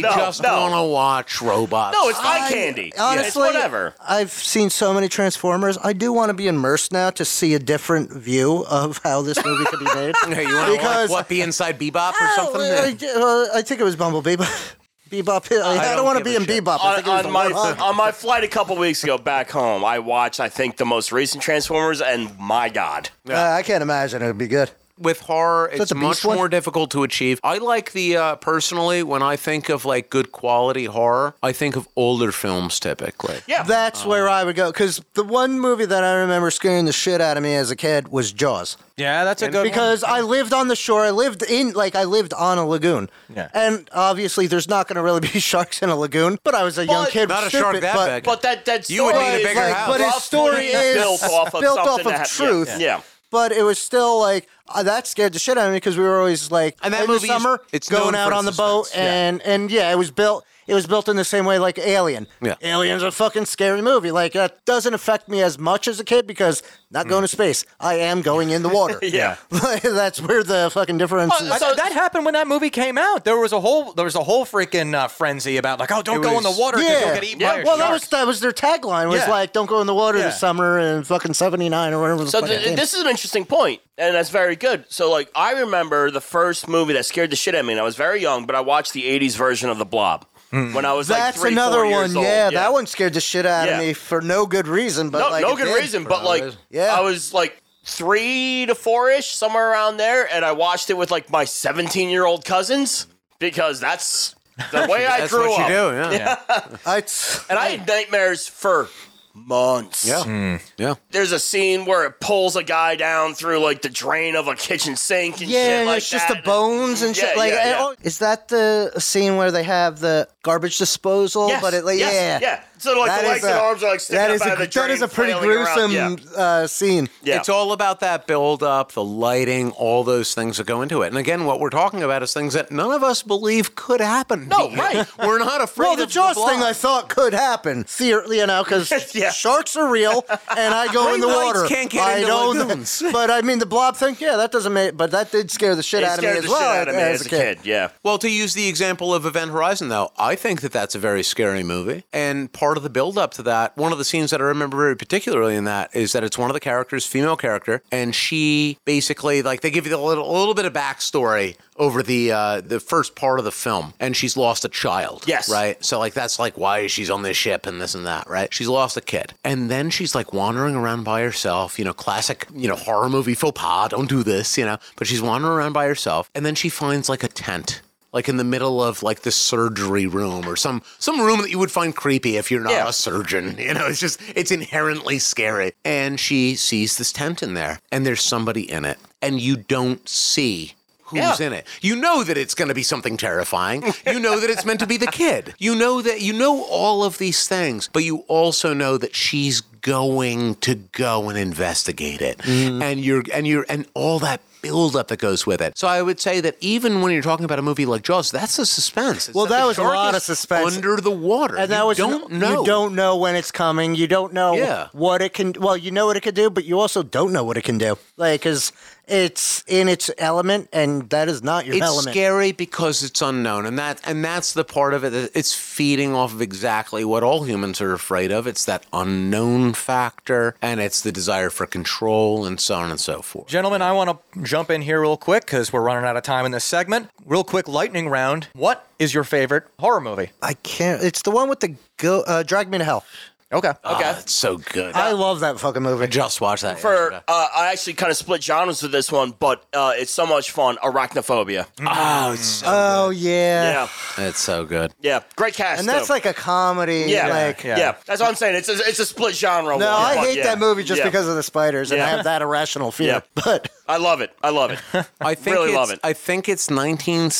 Speaker 3: no,
Speaker 4: just
Speaker 3: no.
Speaker 4: want to watch robots.
Speaker 3: No, it's eye candy. it's
Speaker 2: Honestly,
Speaker 3: whatever.
Speaker 2: I've seen so many Transformers. I do want to be immersed now to see a different view of how this movie could be made.
Speaker 4: Hey, you want to watch
Speaker 2: Because-
Speaker 4: what be inside Bebop or something?
Speaker 2: I, I- I think it was Bumblebee, but Bebop. I, I
Speaker 4: don't
Speaker 2: don't want to
Speaker 4: give
Speaker 2: be
Speaker 4: a
Speaker 2: in
Speaker 4: shit.
Speaker 2: Bebop. I
Speaker 3: On,
Speaker 2: think it was Uh,
Speaker 3: on
Speaker 2: the
Speaker 3: my
Speaker 2: Warthog.
Speaker 3: on my flight a couple weeks ago back home, I watched I think the most recent Transformers, and my God,
Speaker 2: Uh, I can't imagine it would be good.
Speaker 4: with horror,
Speaker 2: that
Speaker 4: it's
Speaker 2: the
Speaker 4: much
Speaker 2: Beast one?
Speaker 4: more difficult to achieve. I like the uh, personally when I think of like good quality horror, I think of older films typically.
Speaker 3: Yeah.
Speaker 2: That's
Speaker 4: Oh.
Speaker 2: where I would go because the one movie that I remember scaring the shit out of me as a kid was Jaws.
Speaker 1: Yeah, that's a good
Speaker 2: because I lived on the shore. I lived in like I lived on a lagoon.
Speaker 1: Yeah.
Speaker 2: And obviously, there's not going to really be sharks in a lagoon. But I was a young
Speaker 3: But-
Speaker 2: kid,
Speaker 4: Not a
Speaker 2: stupid,
Speaker 4: shark that
Speaker 2: but,
Speaker 4: big.
Speaker 3: but that that
Speaker 4: You would
Speaker 3: story
Speaker 4: need a
Speaker 3: is,
Speaker 4: bigger
Speaker 3: like,
Speaker 4: house.
Speaker 2: But his
Speaker 3: roughly
Speaker 2: story is
Speaker 3: built off of,
Speaker 2: built off
Speaker 3: something
Speaker 2: of
Speaker 3: that hap- yeah,
Speaker 2: truth.
Speaker 3: Yeah.
Speaker 2: But it was still like uh, that scared the shit out of me because we were always like
Speaker 4: And that
Speaker 2: in the
Speaker 4: movie is-
Speaker 2: summer
Speaker 4: it's
Speaker 2: going
Speaker 4: known
Speaker 2: out
Speaker 4: for
Speaker 2: on the
Speaker 4: its
Speaker 2: boat
Speaker 4: suspense. Yeah.
Speaker 2: and and yeah, it was built. It was built in the same way like Alien.
Speaker 4: Yeah.
Speaker 2: Alien's a fucking scary movie. Like that doesn't affect me as much as a kid because not going to space. I am going in the water.
Speaker 3: Yeah.
Speaker 2: Like, that's where the fucking difference is.
Speaker 3: Well,
Speaker 1: I,
Speaker 3: So-
Speaker 1: that happened when that movie came out. There was a whole there was a whole freaking uh, frenzy about like, oh, don't
Speaker 4: It
Speaker 1: go in the
Speaker 4: was-
Speaker 1: water because
Speaker 2: Yeah.
Speaker 1: you'll get eaten
Speaker 3: Yeah.
Speaker 1: by a
Speaker 2: Well,
Speaker 1: shark.
Speaker 2: that was that was their tagline was
Speaker 1: Yeah.
Speaker 2: like, "Don't go in the water
Speaker 1: Yeah.
Speaker 2: this summer," and fucking seventy nine or whatever. The
Speaker 3: So
Speaker 2: fuck
Speaker 3: th-
Speaker 2: it is.
Speaker 3: this is an interesting point, and that's very good. So like I remember the first movie that scared the shit out of me, and I was very young, but I watched the '80s version of The Blob
Speaker 4: Hmm.
Speaker 3: when I was
Speaker 2: that's
Speaker 3: like three,
Speaker 2: another
Speaker 3: four
Speaker 2: one.
Speaker 3: years old.
Speaker 2: Yeah, that one scared the shit out
Speaker 3: Yeah.
Speaker 2: of me for no good reason. But
Speaker 3: No,
Speaker 2: like,
Speaker 3: no
Speaker 2: it
Speaker 3: good
Speaker 2: did.
Speaker 3: reason, but like
Speaker 2: Yeah.
Speaker 3: I was like three to four ish, somewhere around there, and I watched it with like my 17 year old cousins because that's the way I
Speaker 4: That's
Speaker 3: grew
Speaker 4: what
Speaker 3: up.
Speaker 4: you do, yeah. Yeah.
Speaker 2: I, it's-
Speaker 3: And I had nightmares for months.
Speaker 4: Yeah. yeah.
Speaker 3: There's a scene where it pulls a guy down through like the drain of a kitchen sink and
Speaker 2: yeah,
Speaker 3: shit
Speaker 2: and
Speaker 3: like
Speaker 2: it's just
Speaker 3: that.
Speaker 2: the bones and
Speaker 3: Yeah,
Speaker 2: shit. Like,
Speaker 3: yeah,
Speaker 2: and-
Speaker 3: yeah.
Speaker 2: oh, is that the scene where they have the garbage disposal?
Speaker 3: Yes,
Speaker 2: but it, like,
Speaker 3: yes,
Speaker 2: yeah,
Speaker 3: yeah. So like
Speaker 2: That
Speaker 3: the
Speaker 2: is
Speaker 3: legs and
Speaker 2: a-
Speaker 3: arms are like sticking
Speaker 2: That
Speaker 3: up
Speaker 2: is
Speaker 3: out
Speaker 2: a
Speaker 3: of the drain.
Speaker 2: that is a pretty
Speaker 3: flailing around.
Speaker 2: gruesome
Speaker 3: Yeah.
Speaker 2: uh, scene.
Speaker 3: Yeah.
Speaker 4: It's all about that build up, the lighting, all those things that go into it. And again, what we're talking about is things that none of us believe could happen.
Speaker 3: No,
Speaker 4: here.
Speaker 3: right.
Speaker 4: We're not afraid
Speaker 2: Well, the
Speaker 4: of
Speaker 2: Jaws
Speaker 4: blob.
Speaker 2: thing I thought could happen, theor- you know, because
Speaker 3: Yeah.
Speaker 2: sharks are real, and I go in the
Speaker 4: Green lights
Speaker 2: water.
Speaker 4: can't get
Speaker 2: I
Speaker 4: into
Speaker 2: don't-
Speaker 4: lagoons.
Speaker 2: but I mean, the blob thing, yeah, that doesn't make. But that did scare the shit
Speaker 3: It
Speaker 2: out of me
Speaker 3: scared
Speaker 2: as
Speaker 3: the shit
Speaker 2: well
Speaker 3: out of me
Speaker 2: as,
Speaker 3: as a kid. Yeah.
Speaker 4: Well, to use the example of Event Horizon, though, I think that that's a very scary movie. And part of the build up to that, one of the scenes that I remember very particularly in that is that it's one of the characters, female character, and she basically like they give you a little, a little bit of backstory over the uh, the first part of the film, and she's lost a child.
Speaker 3: Yes.
Speaker 4: right. So like that's like why she's on this ship and this and that, right? She's lost a kid, and then she's like wandering around by herself. You know, classic you know horror movie faux pas. Don't do this, you know. But she's wandering around by herself, and then she finds like a tent. Like in the middle of like the surgery room or some some room that you would find creepy if you're not
Speaker 3: Yeah.
Speaker 4: a surgeon. You know, it's just it's inherently scary. And she sees this tent in there, and there's somebody in it, and you don't see who's
Speaker 3: Yeah.
Speaker 4: in it. You know that it's going to be something terrifying. You know that it's meant to be the kid. You know that you know all of these things, but you also know that she's going to go and investigate it.
Speaker 2: Mm-hmm.
Speaker 4: And you're and you're and all that build up that goes with it. So I would say that even when you're talking about a movie like Jaws, that's the suspense. It's
Speaker 2: Well, that
Speaker 4: the
Speaker 2: was a
Speaker 4: shark
Speaker 2: lot
Speaker 4: is
Speaker 2: of suspense.
Speaker 4: under the water.
Speaker 2: And
Speaker 4: you
Speaker 2: that was
Speaker 4: don't
Speaker 2: you
Speaker 4: know.
Speaker 2: don't know when it's coming. You don't know
Speaker 4: Yeah.
Speaker 2: what it can. Well, you know what it could do, but you also don't know what it can do. Like, because it's in its element, and that is not your
Speaker 4: it's
Speaker 2: element.
Speaker 4: scary because it's unknown and that and that's the part of it that it's feeding off of exactly what all humans are afraid of it's that unknown factor and it's the desire for control and so on and so forth
Speaker 1: Gentlemen, I want to jump in here real quick because we're running out of time in this segment. Real quick lightning round. What is your favorite horror movie?
Speaker 2: I can't. It's the one with the go. Uh, Drag me to hell.
Speaker 1: Okay.
Speaker 3: Okay.
Speaker 4: Ah, it's so good
Speaker 3: Uh,
Speaker 2: I
Speaker 4: i
Speaker 2: love that fucking movie.
Speaker 4: just watched that
Speaker 3: For
Speaker 4: yesterday.
Speaker 3: uh, I actually kind of split genres with this one, but uh, it's so much fun. Arachnophobia. mm.
Speaker 4: oh it's so,
Speaker 2: Oh yeah.
Speaker 3: Yeah,
Speaker 4: it's so good
Speaker 3: yeah, great cast.
Speaker 2: And that's
Speaker 3: too.
Speaker 2: like a comedy.
Speaker 3: yeah,
Speaker 2: Like,
Speaker 3: yeah.
Speaker 1: yeah.
Speaker 3: That's what I'm saying. It's a, it's a split genre.
Speaker 2: no,
Speaker 3: one,
Speaker 2: I
Speaker 3: but
Speaker 2: hate
Speaker 3: yeah.
Speaker 2: that movie just
Speaker 3: Yeah.
Speaker 2: because of the spiders, and I
Speaker 3: Yeah.
Speaker 2: have that irrational fear.
Speaker 3: Yeah.
Speaker 2: But
Speaker 3: I love it. I love it.
Speaker 4: i think
Speaker 3: Really
Speaker 4: it's,
Speaker 3: love it.
Speaker 4: i think it's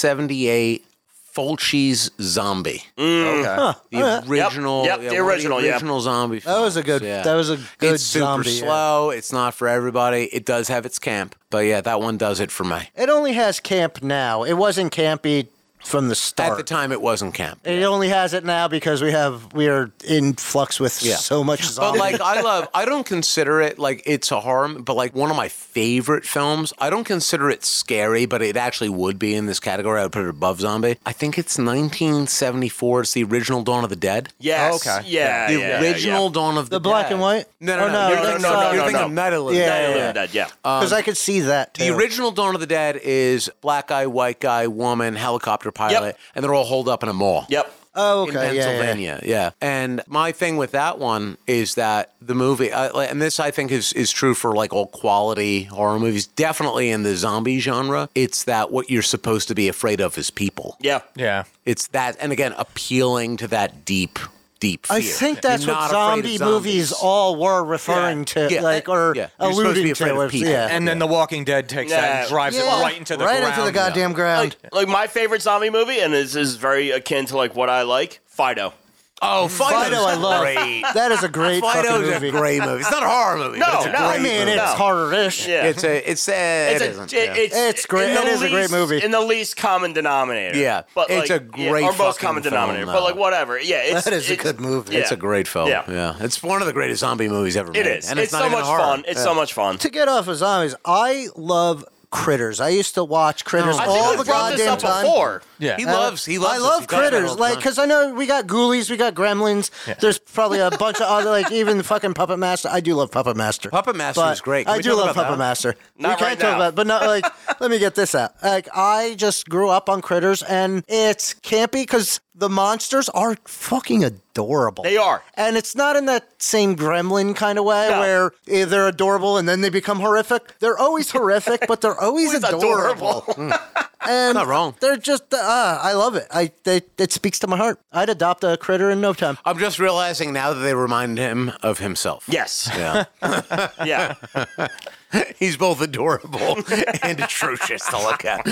Speaker 4: 1978 Fulci's Zombie,
Speaker 1: Okay.
Speaker 4: the original,
Speaker 3: Mm. Yep, the
Speaker 4: one of
Speaker 3: original, yeah.
Speaker 4: original zombie.
Speaker 2: that was a good.
Speaker 4: Yeah.
Speaker 2: That was a good
Speaker 4: it's super
Speaker 2: zombie. uh, yeah.
Speaker 4: slow. It's not for everybody. It does have its camp, but yeah, that one does it for me.
Speaker 2: It only has camp now. It wasn't campy from the start.
Speaker 4: At the time, it wasn't camp.
Speaker 2: It only has it now because we have we are in flux with
Speaker 4: Yeah.
Speaker 2: so much
Speaker 4: But
Speaker 2: zombie.
Speaker 4: like, I love. I don't consider it like it's a horror, m- but like one of my favorite films. I don't consider it scary, but it actually would be in this category. I would put it above zombie. I think it's 1974. It's the original Dawn of the Dead.
Speaker 3: Yes.
Speaker 1: Okay.
Speaker 3: Yeah.
Speaker 4: The
Speaker 3: yeah, yeah,
Speaker 4: original
Speaker 3: yeah.
Speaker 4: Dawn of the,
Speaker 2: The black
Speaker 4: Dead.
Speaker 2: and white?
Speaker 4: No, no,
Speaker 2: Oh,
Speaker 4: no.
Speaker 2: no,
Speaker 4: you're
Speaker 2: no,
Speaker 4: thinking,
Speaker 2: no, no,
Speaker 4: you're
Speaker 2: no,
Speaker 4: thinking
Speaker 3: no.
Speaker 4: of Night of the
Speaker 2: Yeah,
Speaker 4: Living
Speaker 2: yeah,
Speaker 4: Dead.
Speaker 3: Night of the
Speaker 2: yeah.
Speaker 3: Living Dead, yeah. Uh,
Speaker 2: because I could see that
Speaker 4: um, The
Speaker 2: too.
Speaker 4: original Dawn of the Dead is black guy, white guy, woman, helicopter pilot,
Speaker 3: Yep.
Speaker 4: and they're all holed up in a mall.
Speaker 3: Yep.
Speaker 2: Oh, okay.
Speaker 4: in
Speaker 2: Yeah, yeah, yeah.
Speaker 4: Pennsylvania. Yeah, And my thing with that one is that the movie, uh, and this I think is is true for like all quality horror movies, definitely in the zombie genre. It's that what you're supposed to be afraid of is people.
Speaker 3: Yeah.
Speaker 1: Yeah.
Speaker 4: It's that, and again, appealing to that deep, deep. Fear.
Speaker 2: I think that's
Speaker 4: You're
Speaker 2: what
Speaker 4: not afraid
Speaker 2: zombie
Speaker 4: of zombies.
Speaker 2: movies all were referring
Speaker 4: Yeah.
Speaker 2: to,
Speaker 4: Yeah.
Speaker 2: like, or
Speaker 4: Yeah. You're supposed to be
Speaker 2: alluding
Speaker 4: afraid of
Speaker 2: to. was-
Speaker 4: people.
Speaker 2: yeah.
Speaker 1: And then The Walking Dead takes that
Speaker 3: Yeah.
Speaker 1: and drives
Speaker 2: Yeah.
Speaker 1: it right into the
Speaker 2: right
Speaker 1: ground.
Speaker 2: into the goddamn ground.
Speaker 3: Like, like my favorite zombie movie, and this is very akin to like what I like, Fido.
Speaker 4: Oh, Fido's
Speaker 2: Fido, I love.
Speaker 4: great.
Speaker 2: That is a great fucking
Speaker 4: Fido's
Speaker 2: movie.
Speaker 4: a great movie. It's not a horror movie.
Speaker 3: No,
Speaker 4: but it's a
Speaker 3: no,
Speaker 4: great
Speaker 2: I mean,
Speaker 4: movie.
Speaker 2: it's
Speaker 3: No.
Speaker 2: horror-ish.
Speaker 3: Yeah.
Speaker 4: It's a.
Speaker 3: It's
Speaker 4: It's a. it
Speaker 3: a-
Speaker 4: isn't,
Speaker 3: it-
Speaker 4: yeah.
Speaker 3: it's,
Speaker 2: It's great.
Speaker 3: in the
Speaker 2: It is a great
Speaker 3: least-
Speaker 2: movie.
Speaker 3: In the least common denominator.
Speaker 4: Yeah.
Speaker 3: but
Speaker 4: It's
Speaker 3: like,
Speaker 4: a
Speaker 3: yeah,
Speaker 4: great
Speaker 3: or most
Speaker 4: fucking
Speaker 3: common
Speaker 4: film,
Speaker 3: denominator.
Speaker 4: though.
Speaker 3: But like whatever. Yeah, it's,
Speaker 2: That is a
Speaker 3: it-
Speaker 2: good movie.
Speaker 4: It's
Speaker 3: yeah.
Speaker 4: a great film.
Speaker 3: Yeah.
Speaker 4: Yeah. It's one of the greatest zombie movies ever
Speaker 3: It
Speaker 4: made.
Speaker 3: is.
Speaker 4: And
Speaker 3: it's
Speaker 4: it's, not
Speaker 3: so
Speaker 4: even
Speaker 3: much
Speaker 4: horror. Uh,
Speaker 3: fun. It's so much fun.
Speaker 2: To get off of zombies, I love Critters. I used to watch Critters
Speaker 4: I
Speaker 3: I think
Speaker 2: all
Speaker 3: we
Speaker 2: the
Speaker 3: brought this
Speaker 2: goddamn
Speaker 3: up
Speaker 2: time.
Speaker 3: before.
Speaker 1: Yeah.
Speaker 4: He
Speaker 2: Uh,
Speaker 4: loves. He loves.
Speaker 2: I
Speaker 4: this.
Speaker 2: love
Speaker 4: He talks about it
Speaker 2: critters,
Speaker 4: all the
Speaker 2: like
Speaker 4: time.
Speaker 2: because I know we got Ghoulies, we got Gremlins. There's probably a bunch of other, like even the fucking Puppet Master. I do love Puppet Master.
Speaker 4: Puppet Master
Speaker 2: But
Speaker 4: is great. Can
Speaker 2: I
Speaker 4: we
Speaker 2: do
Speaker 4: talk
Speaker 2: love
Speaker 4: about
Speaker 2: Puppet
Speaker 4: that?
Speaker 2: Master.
Speaker 3: Not
Speaker 2: we
Speaker 3: right
Speaker 2: can't talk
Speaker 3: now.
Speaker 2: about, it, but not like. let me get this out. Like I just grew up on critters, and it's campy because the monsters are fucking adorable.
Speaker 3: They are.
Speaker 2: And it's not in that same gremlin kind of way
Speaker 3: No.
Speaker 2: where eh, they're adorable and then they become horrific. They're always horrific, but they're always
Speaker 3: Always adorable.
Speaker 2: adorable. Hmm. And
Speaker 4: Not wrong.
Speaker 2: They're just uh, I love it. I they, it speaks to my heart. I'd adopt a critter in no time.
Speaker 4: I'm just realizing now that they remind him of himself.
Speaker 3: Yes.
Speaker 4: Yeah.
Speaker 3: Yeah.
Speaker 4: He's both adorable and atrocious to look at.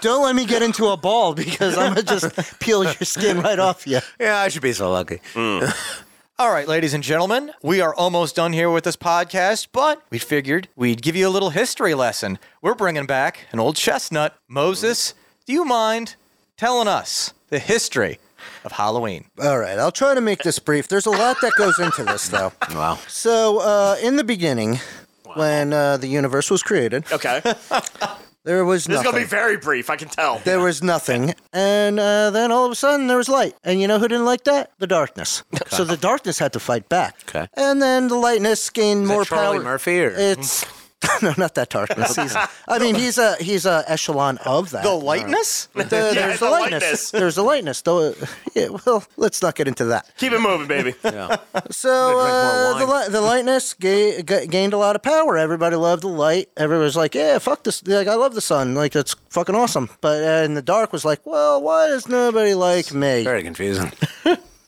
Speaker 2: Don't let me get into a ball because I'm gonna just peel your skin right off you.
Speaker 4: Yeah, I should be so lucky.
Speaker 1: All right, ladies and gentlemen, we are almost done here with this podcast, but we figured we'd give you a little history lesson. We're bringing back an old chestnut. Moses, do you mind telling us the history of Halloween?
Speaker 2: All right, I'll try to make this brief. There's a lot that goes into this though.
Speaker 4: Wow.
Speaker 2: So uh, in the beginning, when uh, the universe was created,
Speaker 3: Okay. This
Speaker 2: there was
Speaker 3: is
Speaker 2: nothing.
Speaker 3: gonna be very brief. I can tell.
Speaker 2: there was nothing, and uh, then all of a sudden there was light, and you know who didn't like that? The darkness. So the darkness had to fight back.
Speaker 4: Okay.
Speaker 2: And then the lightness gained more
Speaker 4: More Charlie
Speaker 2: power.
Speaker 4: Murphy or
Speaker 3: Eh.
Speaker 2: It's no, not that darkness. He's, I mean, he's a he's a echelon of that.
Speaker 1: The lightness?
Speaker 2: The- there's
Speaker 3: Yeah,
Speaker 2: the
Speaker 3: the
Speaker 2: lightness.
Speaker 3: lightness.
Speaker 2: There's the lightness. Though, yeah, well, let's not get into that.
Speaker 3: Keep it moving, baby.
Speaker 2: So
Speaker 4: I'm
Speaker 2: uh,
Speaker 4: gonna
Speaker 2: the
Speaker 4: drink more
Speaker 2: li- the lightness ga- ga- gained a lot of power. Everybody loved the light. Everybody was like, "Yeah, fuck this! Like, I love the sun. Like, it's fucking awesome." But uh, and the dark was like, "Well, why does nobody like me?"
Speaker 4: very confusing.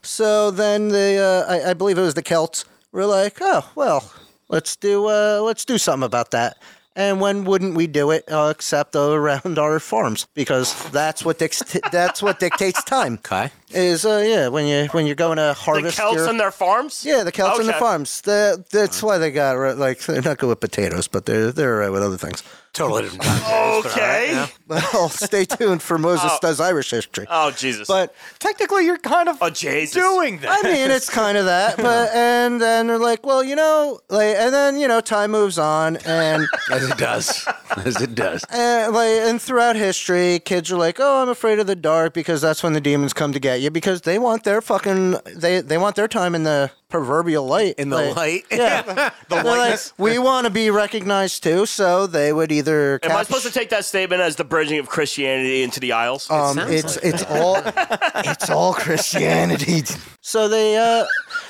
Speaker 2: So then the uh, I, I believe it was the Celts were like, oh well, let's do uh, let's do something about that. And when wouldn't we do it uh, except around our farms because that's what dict- that's what dictates time.
Speaker 4: Okay.
Speaker 2: Is uh, yeah when you when you're going to
Speaker 3: The
Speaker 2: harvest
Speaker 3: Celts
Speaker 2: your-
Speaker 3: and their farms.
Speaker 2: yeah, the Celts and the
Speaker 3: Okay.
Speaker 2: farms. The, that's why they got ri- like they're not good with potatoes, but they're they're all right with other things.
Speaker 4: Totally different. context, but all right,
Speaker 3: Okay.
Speaker 4: yeah.
Speaker 2: Well, stay tuned for Moses
Speaker 3: Oh.
Speaker 2: does Irish history.
Speaker 3: Oh Jesus.
Speaker 2: But
Speaker 1: Technically, you're kind of
Speaker 3: oh Jesus.
Speaker 1: doing
Speaker 2: I
Speaker 1: that.
Speaker 2: mean, it's kind of that, but and then they're like, well, you know, like, and then you know, time moves on, and
Speaker 4: As it does. As it does.
Speaker 2: and like, and throughout history, kids are like, oh, I'm afraid of the dark because that's when the demons come to get you because they want their fucking they they want their time in the proverbial light
Speaker 4: In the
Speaker 2: Like,
Speaker 4: light.
Speaker 2: Yeah,
Speaker 1: The
Speaker 2: They're like,
Speaker 1: lightness.
Speaker 2: we want to be recognized too, so they would either.
Speaker 3: Am I
Speaker 2: cap-
Speaker 3: supposed to take that statement as the bridging of Christianity into the Isles?
Speaker 2: Um,
Speaker 4: sounds
Speaker 2: it's
Speaker 4: like
Speaker 2: it's all it's all Christianity. So they uh,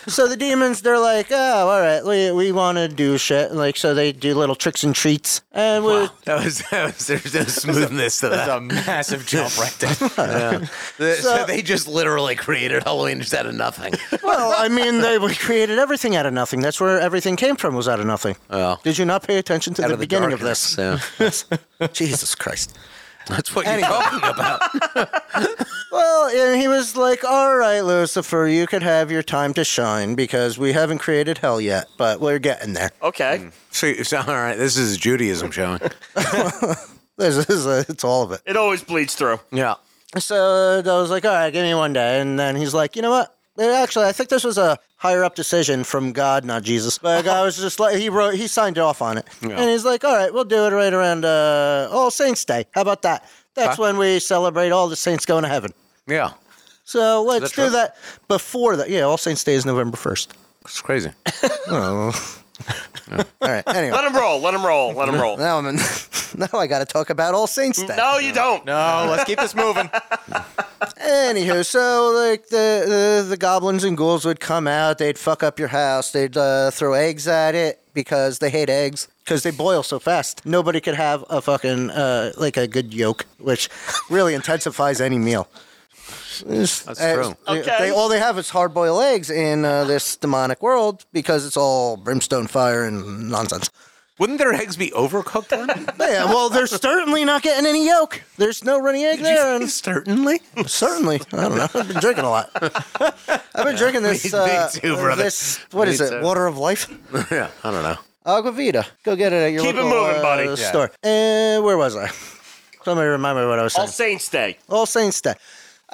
Speaker 2: so the demons they're like, oh, all right, we we want to do shit, like so they do little tricks and treats, and we
Speaker 4: That was, that was, there's no smoothness to that.
Speaker 1: That's a massive jump right there.
Speaker 4: The- so,
Speaker 2: So-
Speaker 4: they just literally created Halloween just out of nothing.
Speaker 2: well, I mean, they we created everything out of nothing. That's where everything came from was out of nothing.
Speaker 4: Well,
Speaker 2: Did you not pay attention to
Speaker 4: out
Speaker 2: the,
Speaker 4: of the
Speaker 2: beginning
Speaker 4: darkness,
Speaker 2: of
Speaker 4: yeah.
Speaker 2: this? Jesus Christ.
Speaker 4: That's what you're talking about.
Speaker 2: Well, and he was like, "All right, Lucifer, you could have your time to shine because we haven't created hell yet, but we're getting there."
Speaker 3: okay.
Speaker 4: So, so, all right, this is Judaism showing.
Speaker 2: This is a, it's all of it.
Speaker 3: It always bleeds through.
Speaker 4: Yeah.
Speaker 2: So I was like, all right, give me one day. And then he's like, you know what? Uh, Actually, I think this was a higher up decision from God, not Jesus. But I was just like, he wrote, he signed off on it. And he's like, all right, we'll do it right around uh, All Saints Day. How about that? That's when we celebrate all the saints going to heaven.
Speaker 4: Yeah.
Speaker 2: So let's
Speaker 4: true?
Speaker 2: do that before that. Yeah, All Saints Day is November 1st.
Speaker 4: It's crazy.
Speaker 2: All right, anyway.
Speaker 3: Let him roll. Let him roll. Let him roll.
Speaker 2: Now I'm in, now I got to talk about All Saints Day.
Speaker 3: No, you don't.
Speaker 1: No, let's keep this moving.
Speaker 2: Anywho, so like the, the the goblins and ghouls would come out. They'd fuck up your house. They'd uh, throw eggs at it because they hate eggs because they boil so fast. Nobody could have a fucking uh, like a good yolk, which really intensifies any meal. That's
Speaker 4: true.
Speaker 3: Okay.
Speaker 2: They, all they have is hard boiled eggs in uh, this demonic world because it's all brimstone fire and nonsense.
Speaker 4: Wouldn't their eggs be overcooked then?
Speaker 2: Yeah, well, they're certainly not getting any yolk. There's no runny egg there. and-
Speaker 4: Certainly.
Speaker 2: Certainly. I don't know. I've been drinking a lot. I've been drinking this.
Speaker 4: me
Speaker 2: uh,
Speaker 4: too, brother.
Speaker 2: This, what
Speaker 4: Me
Speaker 2: is
Speaker 4: too.
Speaker 2: it? Water of life?
Speaker 4: yeah, I don't know.
Speaker 2: Agua Vida. Go get it at your
Speaker 3: Keep it
Speaker 2: local,
Speaker 3: moving,
Speaker 2: uh,
Speaker 3: buddy. Yeah.
Speaker 2: store. Uh, where was I? Somebody remind me what I was saying.
Speaker 3: All Saints Day.
Speaker 2: All Saints Day.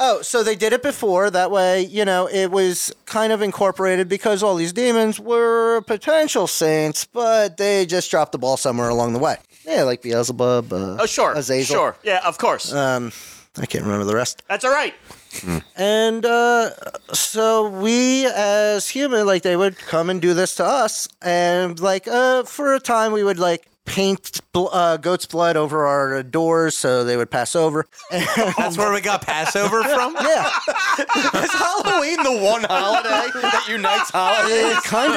Speaker 2: Oh, so they did it before. That way, you know, it was kind of incorporated because all these demons were potential saints, but they just dropped the ball somewhere along the way. Yeah, like Beelzebub. Uh,
Speaker 3: Oh, sure.
Speaker 2: Azazel.
Speaker 3: Sure. Yeah, of course.
Speaker 2: Uh, I can't remember the rest.
Speaker 3: That's all right.
Speaker 2: And uh, so we, as human, like they would come and do this to us, and like uh, for a time we would like paint bl- uh, goat's blood over our doors so they would pass over.
Speaker 4: That's where we got Passover from?
Speaker 2: Yeah,
Speaker 1: Is Halloween the one holiday that unites holidays?
Speaker 2: it kind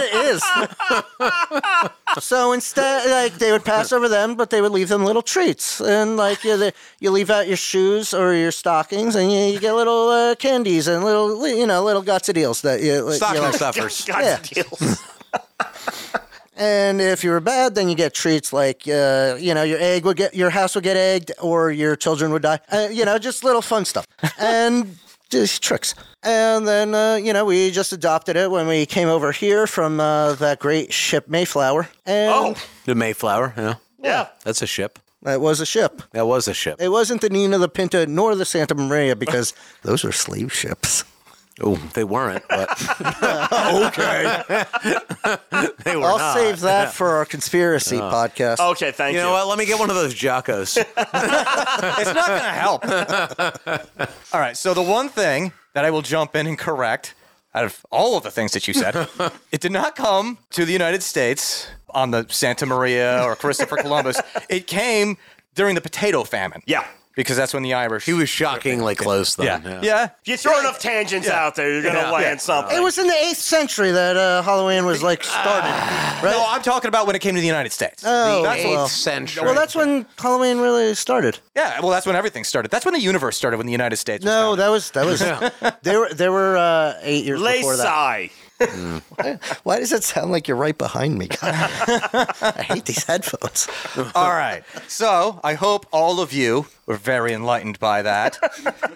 Speaker 2: of is. so instead, like they would pass over them, but they would leave them little treats, and like you, you leave out your shoes or your stockings, and you, you get little uh, candies and little, you know, little guts of deals that you. you
Speaker 4: Stocking
Speaker 2: like-
Speaker 4: stuffers.
Speaker 3: God's
Speaker 2: Yeah.
Speaker 3: deals.
Speaker 2: And if you were bad, then you get treats like uh, you know your egg would get your house would get egged or your children would die. Uh, you know, just little fun stuff and just tricks. And then uh, you know we just adopted it when we came over here from uh, that great ship Mayflower, and
Speaker 3: Oh,
Speaker 4: The Mayflower, yeah.
Speaker 3: yeah.
Speaker 4: That's a ship.
Speaker 2: that was a ship.
Speaker 4: That was a ship.
Speaker 2: It wasn't the Nina, the Pinta, nor the Santa Maria because those were slave ships.
Speaker 4: Oh, they weren't, but okay. they were
Speaker 2: I'll
Speaker 4: not. Oh,
Speaker 2: save that for our conspiracy podcast.
Speaker 3: Okay, thank
Speaker 4: You
Speaker 3: you.
Speaker 4: know what? Let me get one of those Jocos.
Speaker 1: It's not going to help. all right. So the one thing that I will jump in and correct out of all of the things that you said, it did not come to the United States on the Santa Maria or Christopher Columbus. It came during the potato famine.
Speaker 3: Yeah.
Speaker 1: Because that's when the Irish.
Speaker 4: he was shockingly close, though.
Speaker 1: yeah. Yeah.
Speaker 3: If you throw enough tangents out there, you're going to
Speaker 1: Yeah.
Speaker 3: land
Speaker 1: Yeah.
Speaker 3: something.
Speaker 2: It was in the eighth century that uh, Halloween was like started,
Speaker 4: Ah.
Speaker 2: right?
Speaker 1: No, I'm talking about when it came to the United States.
Speaker 2: Oh,
Speaker 4: The
Speaker 2: that's
Speaker 4: eighth
Speaker 2: well.
Speaker 4: century.
Speaker 2: Well, that's when Halloween really started.
Speaker 1: yeah, well, that's when everything started. That's when the universe started, when the United States. was
Speaker 2: No,
Speaker 1: founded.
Speaker 2: that was that was they were they were uh, eight years before that.
Speaker 3: Lacy.
Speaker 2: Why does it sound like you're right behind me? God. I hate these headphones.
Speaker 1: All right. So I hope all of you were very enlightened by that.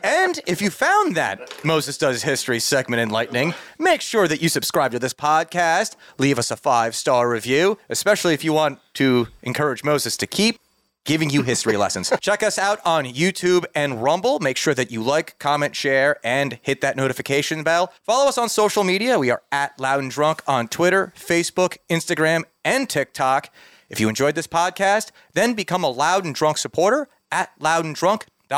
Speaker 1: and if you found that Moses Does History segment enlightening, make sure that you subscribe to this podcast. Leave us a five star review, especially if you want to encourage Moses to keep giving you history lessons. Check us out on YouTube and Rumble. Make sure that you like, comment, share, and hit that notification bell. Follow us on social media. We are at Loud and Drunk on Twitter, Facebook, Instagram, and TikTok. If you enjoyed this podcast, then become a Loud and Drunk supporter at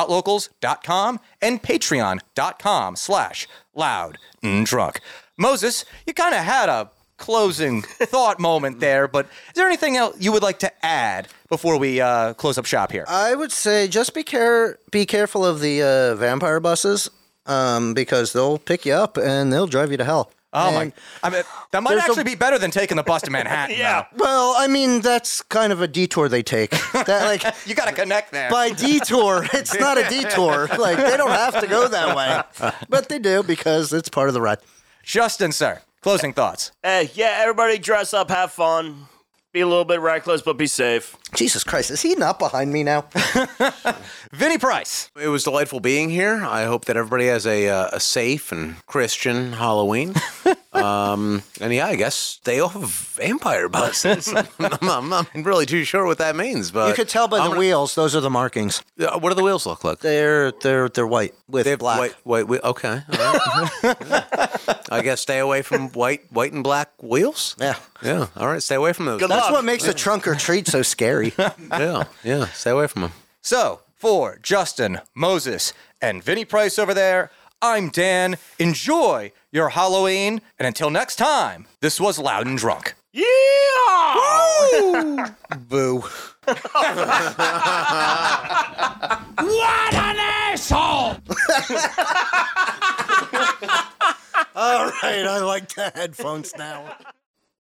Speaker 1: loudanddrunk.locals.com and patreon.com slash loud and drunk. Moses, you kind of had a closing thought moment there, but is there anything else you would like to add before we uh, close up shop here?
Speaker 2: I would say just be care be careful of the uh, vampire buses um, because they'll pick you up and they'll drive you to hell.
Speaker 1: oh my!
Speaker 2: And-
Speaker 1: I mean, that might
Speaker 2: there's a-
Speaker 1: actually be better than taking the bus to Manhattan.
Speaker 3: Yeah.
Speaker 1: though.
Speaker 2: Well, I mean that's kind of a detour they take. That like
Speaker 1: you got to connect there.
Speaker 2: by detour, it's not a detour. Like they don't have to go that way, but they do because it's part of the ride.
Speaker 1: Justin, sir, closing thoughts.
Speaker 3: Hey, yeah, everybody dress up, have fun, be a little bit reckless, but be safe.
Speaker 2: Jesus Christ, is he not behind me now?
Speaker 1: Vinny Price.
Speaker 4: It was delightful being here. I hope that everybody has a, uh, a safe and Christian Halloween. um, and yeah, I guess stay off of vampire buses. I'm, I'm not really too sure what that means, but
Speaker 2: You could tell by the
Speaker 4: I'm gonna-
Speaker 2: wheels; those are the markings.
Speaker 4: Uh, what do the wheels look like?
Speaker 2: They're they're they're white with
Speaker 4: They have
Speaker 2: black.
Speaker 4: White, white, whe- okay. all right. I guess stay away from white, white and black wheels.
Speaker 2: Yeah,
Speaker 4: Yeah. All right. Stay away from those.
Speaker 3: Good
Speaker 2: that's
Speaker 3: luck.
Speaker 2: what makes a trunk or treat so scary.
Speaker 4: Yeah. Yeah. Stay away from them.
Speaker 1: So for Justin, Moses, and Vinny Price over there, I'm Dan. Enjoy your Halloween, and until next time, this was Loud and Drunk.
Speaker 3: Yeah!
Speaker 2: Boo.
Speaker 5: What an asshole!
Speaker 2: All right, I like the headphones now.